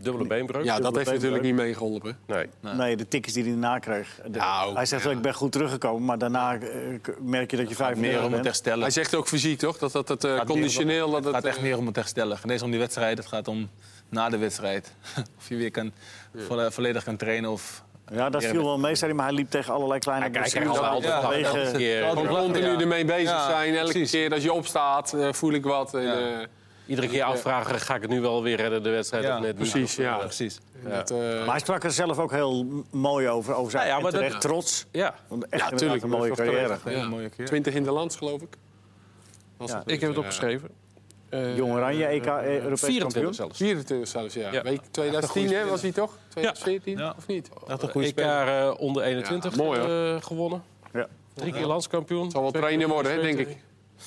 Speaker 1: Dubbele beenbreuk.
Speaker 4: Ja, dat
Speaker 2: Dubbele
Speaker 4: heeft natuurlijk
Speaker 2: beenbreuk.
Speaker 4: niet meegeholpen.
Speaker 1: Nee.
Speaker 2: Nee. de tickets die hij daarna kreeg. De-
Speaker 4: Nou,
Speaker 2: hij zegt, wel, ik ben goed teruggekomen, maar daarna eh, k- merk je dat je vijf
Speaker 3: Meer om het
Speaker 2: bent.
Speaker 3: herstellen.
Speaker 4: Hij zegt ook fysiek, toch? Dat dat, dat eh,
Speaker 3: Gaat meer om-
Speaker 4: conditioneel... Dat,
Speaker 3: het
Speaker 4: dat,
Speaker 3: gaat echt meer om het herstellen. Geen eens om die wedstrijd, het gaat om na de wedstrijd. of je weer kan, volle- volledig kan trainen of...
Speaker 2: Ja, dat viel wel mee, zei hij, maar hij liep tegen allerlei kleine...
Speaker 1: Hij krijgt
Speaker 2: blessures
Speaker 1: altijd
Speaker 2: aan.
Speaker 1: altijd
Speaker 2: Vanwege-
Speaker 1: elke keer.
Speaker 4: Gewoon
Speaker 3: Ja.
Speaker 4: continu ermee bezig
Speaker 3: Ja,
Speaker 4: zijn. Elke
Speaker 3: precies.
Speaker 4: keer als je opstaat, eh, voel ik wat. En, eh,
Speaker 1: Iedere keer afvragen, ga ik het nu wel weer redden, de wedstrijd
Speaker 3: Ja,
Speaker 1: of net niet?
Speaker 4: precies, ja.
Speaker 3: Precies.
Speaker 4: Dat, eh,
Speaker 2: Maar hij sprak er zelf ook heel m- mooi over, over zijn
Speaker 1: Ja, ja,
Speaker 2: en
Speaker 1: maar dat-
Speaker 2: terecht trots.
Speaker 1: Ja.
Speaker 2: Want echt ja,
Speaker 4: tuurlijk,
Speaker 2: een mooie
Speaker 4: dat is wel
Speaker 2: carrière.
Speaker 4: terecht.
Speaker 3: Hele
Speaker 4: Ja.
Speaker 3: mooie keer.
Speaker 4: 20 in de lands, geloof ik.
Speaker 2: Ja.
Speaker 1: Ik heb het opgeschreven.
Speaker 2: Jong Oranje, EK, eh, Europees
Speaker 1: 24
Speaker 2: kampioen.
Speaker 1: zelfs.
Speaker 4: 24 zelfs, ja.
Speaker 1: Ja.
Speaker 4: Week 2010 hè, was hij toch? 2014,
Speaker 3: Ja.
Speaker 4: of niet?
Speaker 3: Echt een goede
Speaker 1: Ik
Speaker 3: speler.
Speaker 1: daar eh, onder 21
Speaker 4: Ja, mooi,
Speaker 1: eh, gewonnen.
Speaker 2: Ja.
Speaker 1: Drie keer landskampioen.
Speaker 4: Zal wel trainer worden, hè, denk ik.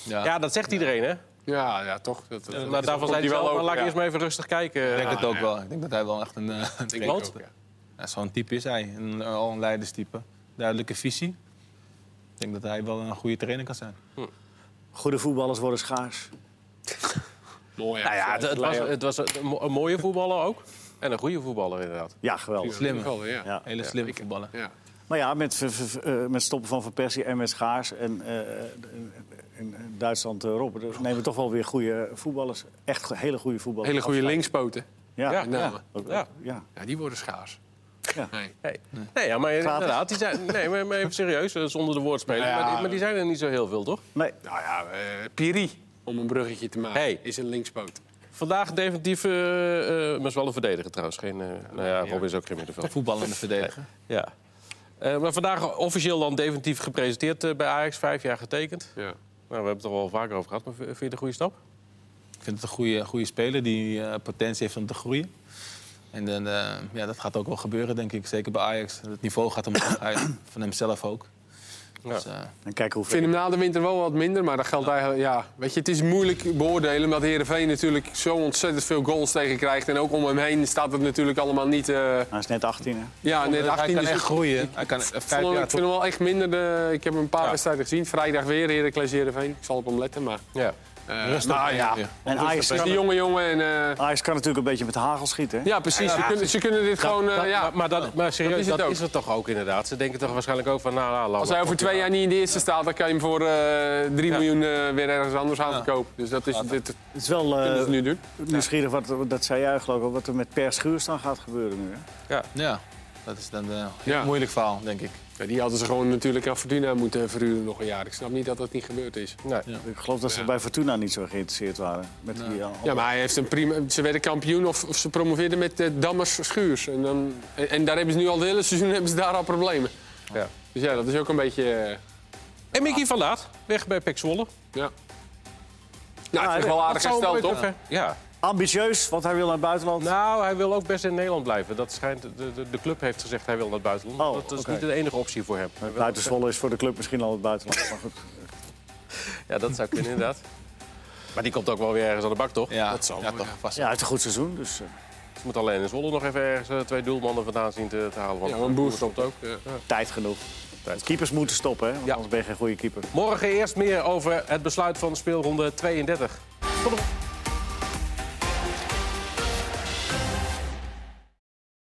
Speaker 3: Ja,
Speaker 1: Ja, dat zegt iedereen, hè?
Speaker 4: Ja, ja, toch. Dat, dat,
Speaker 1: Nou, daarvan
Speaker 4: komt
Speaker 1: zei
Speaker 4: hij
Speaker 1: hij wel,
Speaker 4: over,
Speaker 1: maar laat ik
Speaker 4: ja.
Speaker 1: eerst maar even rustig kijken.
Speaker 3: ik denk
Speaker 1: Ja.
Speaker 3: het ook wel. Ik denk dat hij wel echt een... eh, een
Speaker 4: Ik
Speaker 3: kloot-
Speaker 4: ook, ja.
Speaker 3: Ja, Zo'n type is hij. Een, eh, al een leiderstype. Duidelijke visie. Ik denk dat hij wel een goede trainer kan zijn.
Speaker 2: Goede voetballers worden schaars.
Speaker 4: Mooi,
Speaker 1: Nou ja, het, het was,
Speaker 4: Leo.
Speaker 1: het was een, mo- een mooie voetballer ook. En een goede voetballer, inderdaad.
Speaker 2: Ja, geweldig.
Speaker 3: slimme.
Speaker 4: Ja, ja.
Speaker 2: Ja.
Speaker 3: Hele slimme voetballer.
Speaker 4: Ja.
Speaker 2: Maar ja, met, ver- ver- eh, met stoppen van Van Persie en met Schaars en eh, in in Duitsland eh, Robben... dus nemen we toch wel weer goede voetballers. Echt go- hele goede voetballers.
Speaker 4: Hele goede linkspoten.
Speaker 2: Ja,
Speaker 1: Ja,
Speaker 2: ja,
Speaker 4: nou,
Speaker 2: ja.
Speaker 4: maar-
Speaker 2: Ook-
Speaker 1: ja.
Speaker 2: ja.
Speaker 4: Ja, die worden schaars.
Speaker 2: Ja.
Speaker 4: Nee.
Speaker 1: Nee, nee ja, maar inderdaad, die zijn, nee, maar, maar even serieus, eh, zonder de woordspelen.
Speaker 4: Ja.
Speaker 1: Maar, die- maar die zijn er niet zo heel veel, toch?
Speaker 2: Nee,
Speaker 4: Nou ja, eh Piri, om een bruggetje te maken,
Speaker 1: Hey.
Speaker 4: is een linkspoot.
Speaker 1: Vandaag definitief, eh, eh, maar is wel een verdediger trouwens. Geen, eh, nou ja, Rob is ook geen middenveld.
Speaker 3: Voetballende verdediger.
Speaker 1: Ja. Eh, maar vandaag officieel dan definitief gepresenteerd eh, bij Ajax. Vijf jaar getekend.
Speaker 4: Ja.
Speaker 1: Nou, we hebben het er al vaker over gehad, maar v- vind je het een goede stap?
Speaker 3: Ik vind het een goede, goede speler die eh, potentie heeft om te groeien. En dan, eh, ja, dat gaat ook wel gebeuren, denk ik. Zeker bij Ajax. Het niveau gaat omhoog uit. Van hemzelf ook. Dus, eh,
Speaker 2: en kijk hoe
Speaker 4: Ik vind
Speaker 2: ver...
Speaker 4: hem na de winter wel wat minder, maar dat geldt eigenlijk... Ja, weet je, het is moeilijk beoordelen, omdat Heerenveen natuurlijk zo ontzettend veel goals tegen krijgt. En ook om hem heen staat het natuurlijk allemaal niet... eh,
Speaker 2: Hij is net 18, hè?
Speaker 4: ja, net 18
Speaker 3: hij kan
Speaker 4: dus
Speaker 3: echt
Speaker 4: ik-
Speaker 3: groeien. Hij kan eh,
Speaker 4: Ik
Speaker 3: vijf
Speaker 4: vond hem-
Speaker 3: jaar
Speaker 4: ik vind hem wel echt minder. eh, ik heb hem een paar wedstrijden gezien. Vrijdag weer Heracles Heerenveen. Ik zal op hem letten, maar...
Speaker 1: Ja.
Speaker 4: eh,
Speaker 3: Rustig
Speaker 4: nou ja,
Speaker 3: weer.
Speaker 2: En Ajax
Speaker 4: het is
Speaker 2: kan,
Speaker 4: die jonge jongen en... eh,
Speaker 2: Ajax kan natuurlijk een beetje met hagel schieten, hè?
Speaker 4: ja, precies. Ze kunnen, ze kunnen dit gewoon... eh,
Speaker 1: Dat-
Speaker 4: ja.
Speaker 1: Nou, maar, maar, dat, maar serieus, dat,
Speaker 4: is
Speaker 1: is
Speaker 4: het
Speaker 1: het,
Speaker 4: ook.
Speaker 1: toch ook inderdaad? Ze denken toch waarschijnlijk ook van, nou, nou laat
Speaker 4: Als
Speaker 1: maar.
Speaker 4: hij over twee jaar niet in de eerste staat, dan kan je hem voor eh 3
Speaker 1: Ja.
Speaker 4: miljoen eh, weer ergens anders aan verkopen. Dus dat is dit dat
Speaker 2: Het is wel eh,
Speaker 4: kunnen ze nu doen.
Speaker 2: nieuwsgierig, wat, dat zei jij geloof ik, ook, wat er met Per Schuurs dan gaat gebeuren nu, hè?
Speaker 3: Ja, dat is dan eh,
Speaker 4: Ja.
Speaker 3: een moeilijk verhaal, denk ik.
Speaker 4: Ja, die hadden ze gewoon natuurlijk aan Fortuna moeten verhuren nog een jaar. Ik snap niet dat dat niet gebeurd is.
Speaker 1: Nee.
Speaker 2: Ik geloof dat ze bij Fortuna niet zo geïnteresseerd waren. Met die, eh,
Speaker 4: Ja, maar hij heeft een prima... Ze werden kampioen of, of ze promoveerden met eh, Dammers Schuurs. En, dan, en, en daar hebben ze nu al het hele seizoen hebben ze daar al problemen.
Speaker 1: Ja.
Speaker 4: Dus ja, dat is ook een beetje... eh,
Speaker 1: En Mickey van Laat, weg bij Pek Zwolle.
Speaker 4: ja. Nou, het is wel aardig
Speaker 1: Dat zou
Speaker 4: hersteld,
Speaker 1: een
Speaker 4: toch?
Speaker 1: mooie club, hè? Ja.
Speaker 2: Ambitieus, want hij wil naar het buitenland.
Speaker 1: Nou, hij wil ook best in Nederland blijven. Dat schijnt, de, de, de club heeft gezegd hij wil naar het buitenland.
Speaker 2: Oh,
Speaker 1: dat is
Speaker 2: oké.
Speaker 1: niet de enige optie voor hem. Hij wil-
Speaker 2: Buiten Zwolle is voor de club misschien al het buitenland. Maar goed.
Speaker 1: Ja, dat zou kunnen inderdaad. Maar die komt ook wel weer ergens aan de bak, toch?
Speaker 3: Ja,
Speaker 4: dat zal
Speaker 3: ja,
Speaker 4: wel,
Speaker 3: toch
Speaker 4: ja.
Speaker 3: vast.
Speaker 2: Ja, het is een goed seizoen. Dus, eh,
Speaker 1: Ze moet alleen in Zwolle nog even ergens eh, twee doelmannen vandaan zien te, te halen. Want
Speaker 4: Ja, een boer stopt ook. Ja.
Speaker 2: tijd genoeg.
Speaker 1: Tijd.
Speaker 2: Keepers moeten stoppen, hè? want
Speaker 1: Ja.
Speaker 2: anders ben je geen goede keeper.
Speaker 1: Morgen eerst meer over het besluit van speelronde 32. Tot de volgende.